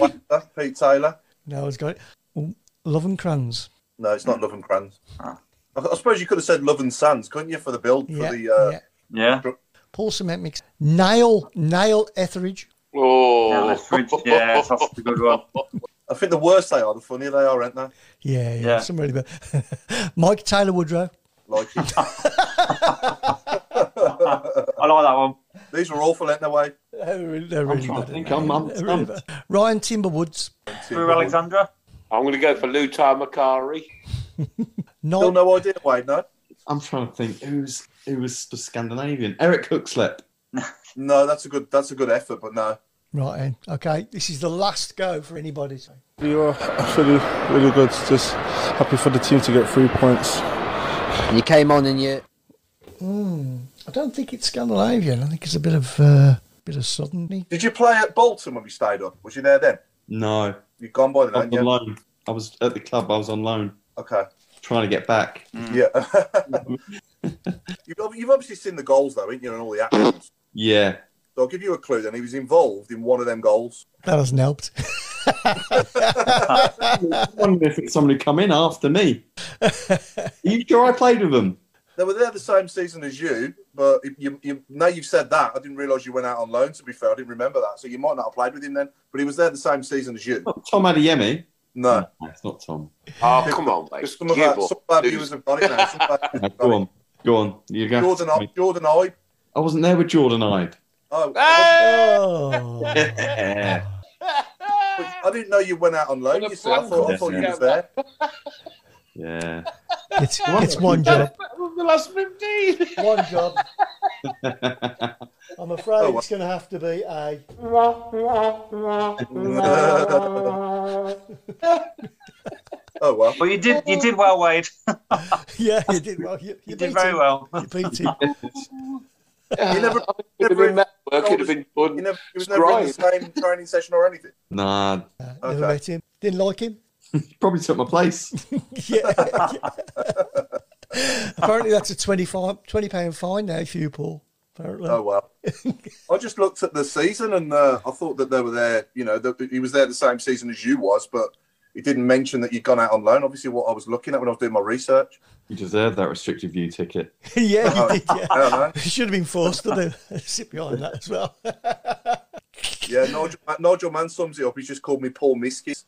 not That's Pete Taylor.
No, it's got it. Oh, Love and Crans.
No, it's not Love and Crans. I, I suppose you could have said Love and Sands, couldn't you, for the build
Yeah,
for the uh,
yeah.
yeah.
Paul Cement Mix. Nail. Nail Etheridge.
Oh,
yeah, that's a good one.
I think the worse they are, the funnier they are, aren't they?
Yeah, yeah.
Yeah.
Some really bad. Mike Taylor Woodrow.
Like it.
I like that one.
These were awful, ain't they, way?
They're really, they're really
trying
bad.
to think.
aren't
I'm- I'm-
they? They're really
I'm-
bad. Ryan Timberwoods.
Through Alexandra.
I'm going to go for Lutar Macari.
No.
Still no idea, Wade, no?
I'm trying to think who's who was the Scandinavian. Eric Hookslep.
No, that's a good that's a good effort, but no.
Right, then. okay. This is the last go for anybody.
You are really, really good. Just happy for the team to get three points. You came on and you
Hmm. I don't think it's Scandinavian. I think it's a bit of uh, bit of suddenly.
Did you play at Bolton when we stayed up? Was you there then?
No,
You've gone by
I
then,
was
yeah.
on loan. I was at the club. I was on loan,
Okay.
trying to get back.
Yeah. you've, ob- you've obviously seen the goals, though, haven't you, and all the actions.
Yeah,
So I'll give you a clue then. He was involved in one of them goals.
That hasn't helped.
I wonder if it's somebody come in after me. Are you sure I played with them?
They were there the same season as you, but if you, you, now you've said that, I didn't realise you went out on loan, to be fair. I didn't remember that. So you might not have played with him then, but he was there the same season as you.
Tom Adeyemi.
No.
it's not Tom.
Oh, come on, mate.
Some of,
Give
our,
up.
some of our viewers have got it now. Some of our
No, go on, go on. You go.
Jordan, I, Jordan Ibe.
I wasn't there with Jordan Ibe.
Oh,
Yeah.
I didn't know you went out on loan. You see, I thought, I thought you was there.
Yeah.
It's, it's one job.
The last 15.
One job. I'm afraid
Oh,
it's going to have to be a.
Oh well.
But you did you did well, Wade.
Yeah, you did well. You, you,
did
beat
very
him.
well.
You beat him.
You never,
Could have
never
been network. Could have been
he
fun.
never, he was never in the
Scribe.
same training session or anything.
Nah,
Never met him. Didn't like him.
probably took my place.
Yeah. Apparently, that's a 25 £20 pound fine now if you, Paul. Apparently.
Oh well. I just looked at the season and uh, I thought that they were there. You know, that he was there the same season as you was, but he didn't mention that you'd gone out on loan. Obviously, what I was looking at when I was doing my research.
You deserve that restricted view ticket.
yeah,
Oh,
you did.
I
Yeah.
don't know.
You should have been forced to do, sit behind that as well.
Yeah, Nigel, Nigel Mann sums it up. He's just called me Paul Miskis.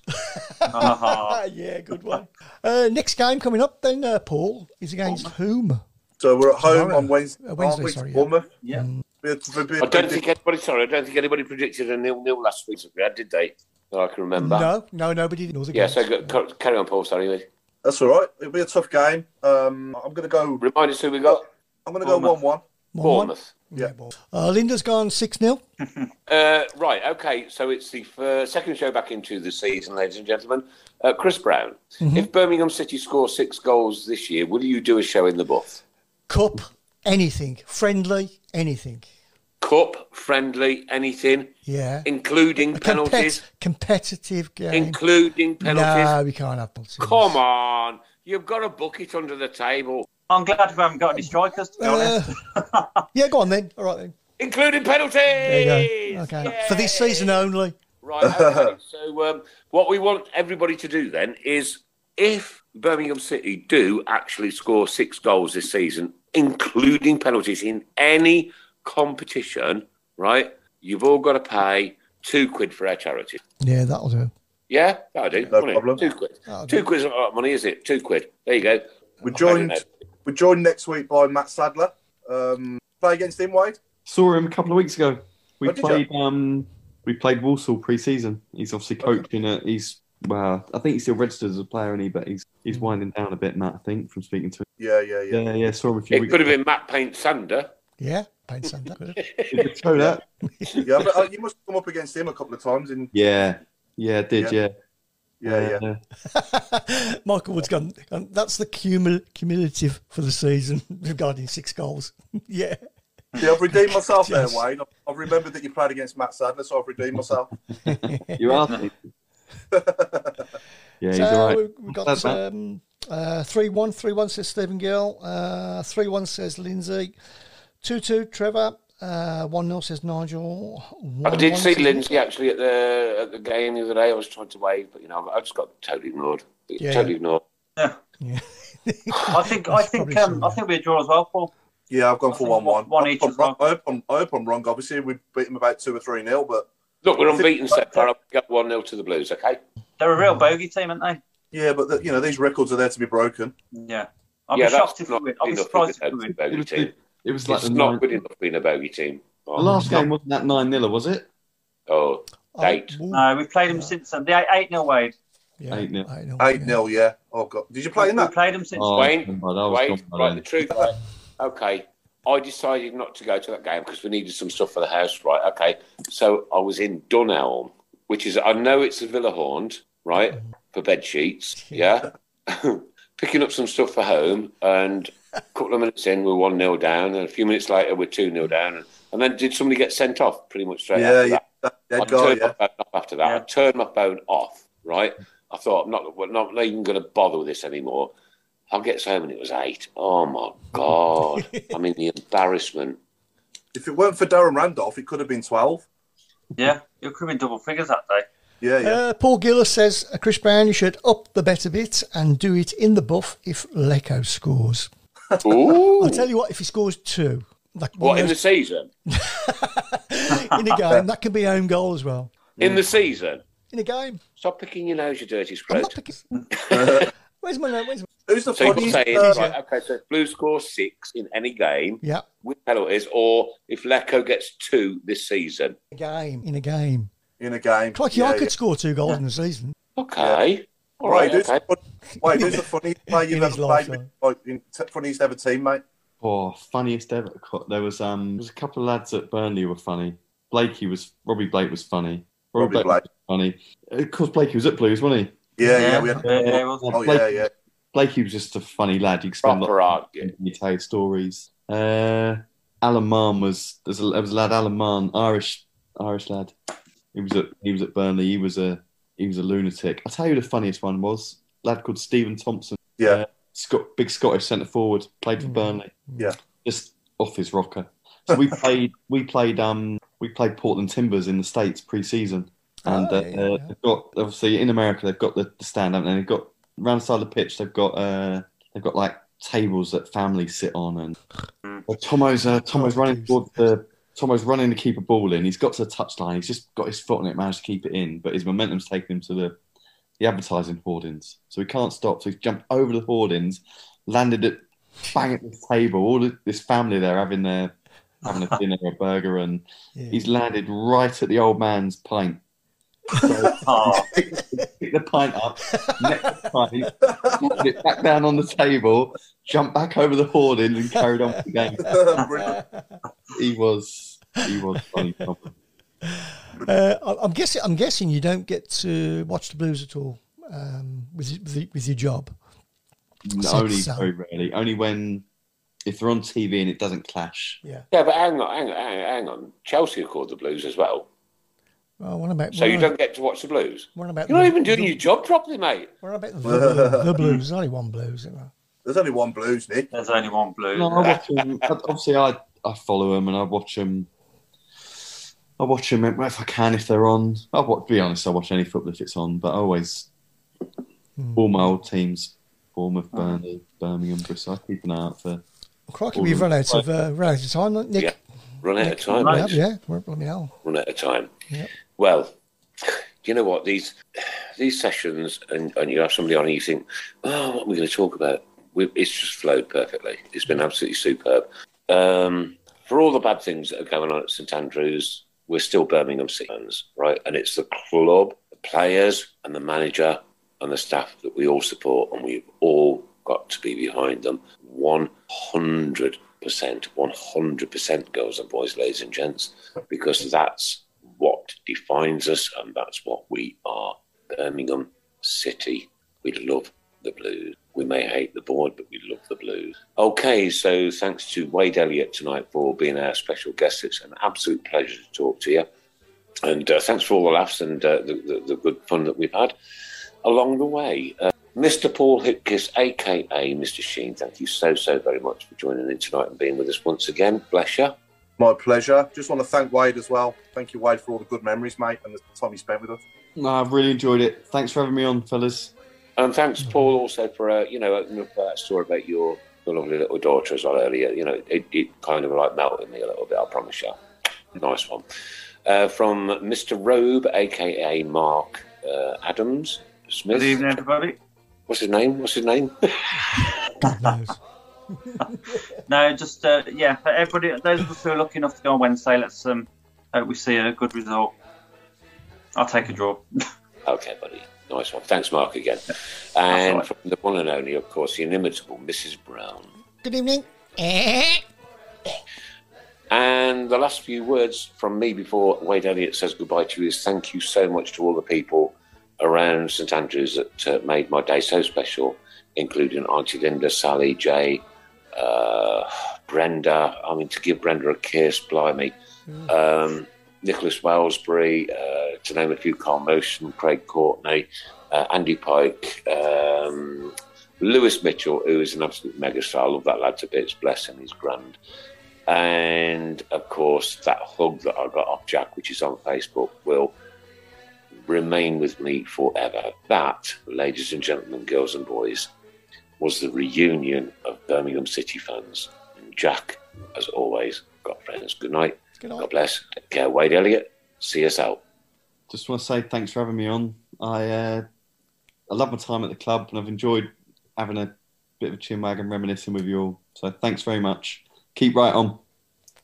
yeah, good one. Uh, next game coming up then, uh, Paul, is against whom?
So we're at home
Tomorrow.
on Wednesday.
Uh, Wednesday,
aren't we,
sorry, yeah.
Bournemouth?
Yeah.
Bit- bit- bit-
I don't think anybody. Sorry, I don't think anybody predicted a nil nil last week. Did they? That I can remember.
No, no, nobody knows.
Yeah. So go, ca- carry on, Paul. Sorry.
That's all right. It'll be a tough game. Um, I'm going to go.
Remind us who we got.
I'm going to go
Bournemouth.
one-one.
Bournemouth.
Yeah.
Uh, Linda's gone 6 0.
Uh, right, okay, so it's the fir- second show back into the season, ladies and gentlemen. Uh, Chris Brown,
Mm-hmm.
if Birmingham City score six goals this year, will you do a show in the buff?
Cup, anything. Friendly, anything.
Cup, friendly, anything,
Yeah.
including
A compet-
penalties,
competitive game.
including
No,
penalties.
we can't have penalties.
Come on, you've got a bucket under the table,
I'm glad we haven't got any strikers
Uh,
to be honest.
Yeah, go on then. All right then.
including penalties. There
There you go. Okay. For this season only.
Right. Okay. so, um, what we want everybody to do then is if Birmingham City do actually score six goals this season, including penalties in any competition, right, you've all got to pay two quid for our charity.
Yeah, that'll do.
Yeah, that'll do.
No
won't it?
problem.
Two quid.
That'll
Two quid's not a lot of money, is it? Two quid. There you go.
We're
I don't
joined.
know.
We're joined next week by Matt Sadler. Um, play against him, Wade.
Saw him a couple of weeks ago. We
Oh, did
played. Um, we played Walsall pre-season. He's obviously coaching. At, he's Well, I think he's still registered as a player, and he but he's he's winding down a bit, Matt. I think from speaking to him.
Yeah, yeah,
yeah, yeah. saw him a few
It
weeks.
could have been Matt Paint Thunder.
Yeah, Paint Sander.
Show that.
yeah, but uh, you must have come up against him a couple of times. In
Yeah, yeah, it did
Yeah.
yeah,
Yeah,
yeah.
Michael Wood's gone. gone, That's the cumul- cumulative for the season regarding six goals. yeah.
yeah, I've redeemed myself
Yes.
there, Wayne. I've- I've remembered that you played against Matt Sadler, so I've redeemed myself.
You are. mate. yeah, he's all right.
So we've got
Glad, Matt.
um, uh, 3 1. 3 1 says Stephen Gill. Uh, 3 1 says Lindsay. 2 2 Trevor. Uh, 1 0 says Nigel.
I
1-1
did see
says-
Lindsay actually at the at the game the other day. I was trying to wave, but you know, I just got totally ignored.
Yeah,
totally
yeah.
ignored.
I think I think um, I think we draw as well, Paul.
Yeah, I've gone for one one.
One each.
I'm wrong. I hope I'm, I hope I'm wrong. Obviously, we beat him about two or three nil, but
Look, we're
I think-
unbeaten so far. I've got one 0 to the Blues. Okay.
They're a real
Mm.
bogey team, aren't they?
Yeah, but the, you know these records are there to be broken.
Yeah, I'll
yeah,
be shocked if
that's not
we. I'll be
good enough
surprised
being a
if we win.
bogey team.
It was like
it's
the
not
nine-
good enough being a bogey team.
The last game wasn't that nine 0 was it?
Oh, eight.
No, we've played them since then. The eight 0 Wade.
Eight 0
Eight nil. Yeah. Oh god. Did you play in that?
We played them since.
Oh,
Wayne,
God, I was
Wayne,
gone by
right,
then.
the truth. okay, I decided not to go to that game because we needed some stuff for the house, right? Okay, so I was in Dunelm, which is, I know it's a Villa Horned, right, for bed sheets, yeah? Picking up some stuff for home, and a couple of minutes in, we're 1 0 down, and a few minutes later, we're 2 0 down. And, and then did somebody get sent off pretty much straight
Yeah,
after
yeah,
that?
that
I
guy,
turned
yeah.
my phone off after that. I turned my phone off, right? I thought, I'm not, we're not even going to bother with this anymore. I get home and it was eight. Oh my God. I mean, the embarrassment.
If it weren't for Darren Randolph, it could have been twelve.
Yeah, you could have been double figures that day.
Yeah,
Uh, Paul Gillis says uh, Chris Brown, you should up the bet a bit and do it in the buff if Lecco scores.
Ooh.
I'll tell you what, if he scores two, like
What,
one
in
of
the season?
those- in a game, that can be own goal as well.
In the season?
In a game.
Stop picking your nose, you dirty scrote.
Where's my note? Where's my...
Who's uh,
So you're saying, right, okay, so if Blues score six in any game
Yeah,
with penalties, or if Lecco gets two this season.
a game. In a game.
In a game.
Crikey, I could score two goals in the season.
Okay. All
Wait,
right,
who's,
okay.
wait, who's the funniest player you've
In
ever
his
played with? Like, in- t- funniest ever teammate?
Oh, funniest ever. Co- There was um, there was a couple of lads at Burnley who were funny. Blakey was Robbie Blake was funny. Robbie,
Robbie
Blake, was funny. Of course, Blakey was at Blues, wasn't he?
Yeah, yeah, we had- Oh, yeah,
Blakey-
yeah.
Blakey was just a funny lad. You could spend
Proper
lots of time and he'd tell you stories. Uh, Alan Mann was there's a, there was a lad Alan Mann, Irish Irish lad. He was at he was at Burnley. He was a he was a lunatic. I'll tell you who the funniest one was. A lad called Stephen Thompson. Uh,
Yeah,
Scot, big Scottish centre forward. Played for Burnley.
Yeah,
just off his rocker. So we played we played um we played Portland Timbers in the states pre-season,
Oh,
and uh, uh, they've got obviously in America they've got the, the stand up and they've got round the side of the pitch they've got uh they've got like tables that families sit on and
Mm.
well, Tomo's uh, Tomo's running towards the Tomo's running to keep a ball in. He's got to the touchline. He's just got his foot on it, managed to keep it in, but his momentum's taken him to the the advertising hoardings. So he can't stop. So he's jumped over the hoardings, landed at bang at this table. All th- this family there having their having a dinner, a burger, and he's landed right at the old man's pint.
Oh.
So
pick the pint up, next pint, put it back down on the table, jumped back over the hoarding, and carried on with the game. he was, he was funny. Tom.
Uh, I- I'm guessing. I'm guessing you don't get to watch the Blues at all um, with, y- with y- with your job.
No,
So-
only
so-
very rarely. Only when if they're on TV and it doesn't clash.
Yeah.
Yeah, but hang on, hang on, hang on, hang on. Chelsea have called the Blues as well.
Well, what about
So you don't get to watch the Blues?
What about
You're not
the-
even doing your job properly, mate.
What about the, Blue- the Blues? There's only one Blues. Isn't there?
There's only one Blues, Nick.
There's only one Blues.
No, I watch 'em. Obviously, I I follow them and I watch them. I watch them if I can if they're on. I wa be honest, I watch any football if it's on, but I always all my old teams, Bournemouth, Burnley, Birmingham, Bristol. I keep an eye out for.
Crikey,
all
we've
them.
run out of uh, run out of time, Nick.
Yeah. Run out of time,
We
mate.
have, yeah. We're, bloody hell.
Run out of time.
Yep.
Well, you know what? These these sessions, and, and you have somebody on, and you think, oh, what are we going to talk about? We, it's just flowed perfectly. It's been absolutely superb. Um, for all the bad things that are going on at St Andrews, we're still Birmingham City fans, right? And it's the club, the players and the manager and the staff that we all support, and we've all got to be behind them. 100%, 100% girls and boys, ladies and gents, because that's what defines us and that's what we are. Birmingham City, we love the blues. We may hate the board, but we love the blues. Okay, so thanks to Wade Elliott tonight for being our special guest. It's an absolute pleasure to talk to you. And uh, thanks for all the laughs and uh, the, the, the good fun that we've had along the way. Uh, Mr. Paul Hipkiss, aka Mr. Sheen, thank you so, so very much for joining in tonight and being with us once again. Bless you.
My pleasure. Just want to thank Wade as well. Thank you, Wade, for all the good memories, mate, and the time you spent with us.
No, I've really enjoyed it. Thanks for having me on, fellas.
And thanks, Paul, also for uh, you know opening up that story about your, your lovely little daughter as well earlier. You know, it, it kind of like melted me a little bit. I promise you, nice one. Uh, from Mr. Robe, aka Mark uh, Adams Smith.
Good evening, everybody.
What's his name? What's his name?
No, just uh, yeah, for everybody, those of us who are lucky enough to go on Wednesday, let's um, hope we see a good result. I'll take a draw.
okay, buddy. Nice one. Thanks, Mark, again. And from the one and only, of course, the inimitable Mrs. Brown.
Good evening.
And the last few words from me before Wade Elliott says goodbye to you is thank you so much to all the people around St Andrews that uh, made my day so special, including Auntie Linda, Sally, Jay, uh, Brenda. I mean, to give Brenda a kiss, blimey. Um, Nicholas Wellsbury, uh, to name a few, Carl Motion, Craig Courtney, uh, Andy Pike, um, Lewis Mitchell, who is an absolute megastar. I love that lad to bits. Bless him, he's grand. And of course, that hug that I got off Jack, which is on Facebook, will remain with me forever. That, ladies and gentlemen, girls and boys, was the reunion of Birmingham City fans. And Jack, as always, got friends. Good night.
Good
God bless. Take care. Wade Elliott, see us out.
Just want to say thanks for having me on. I uh, I love my time at the club and I've enjoyed having a bit of a chinwag and reminiscing with you all. So thanks very much. Keep right on.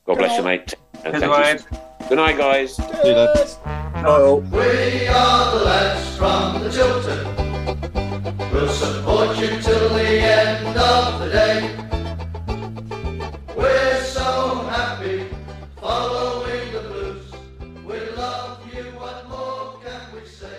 God bless you, mate. And thank you. Good night, guys.
See you later.
Oh,
We are the lads from the Chiltern. We'll support you till the end of the day. We're so happy following the blues. We love you. What more can we say?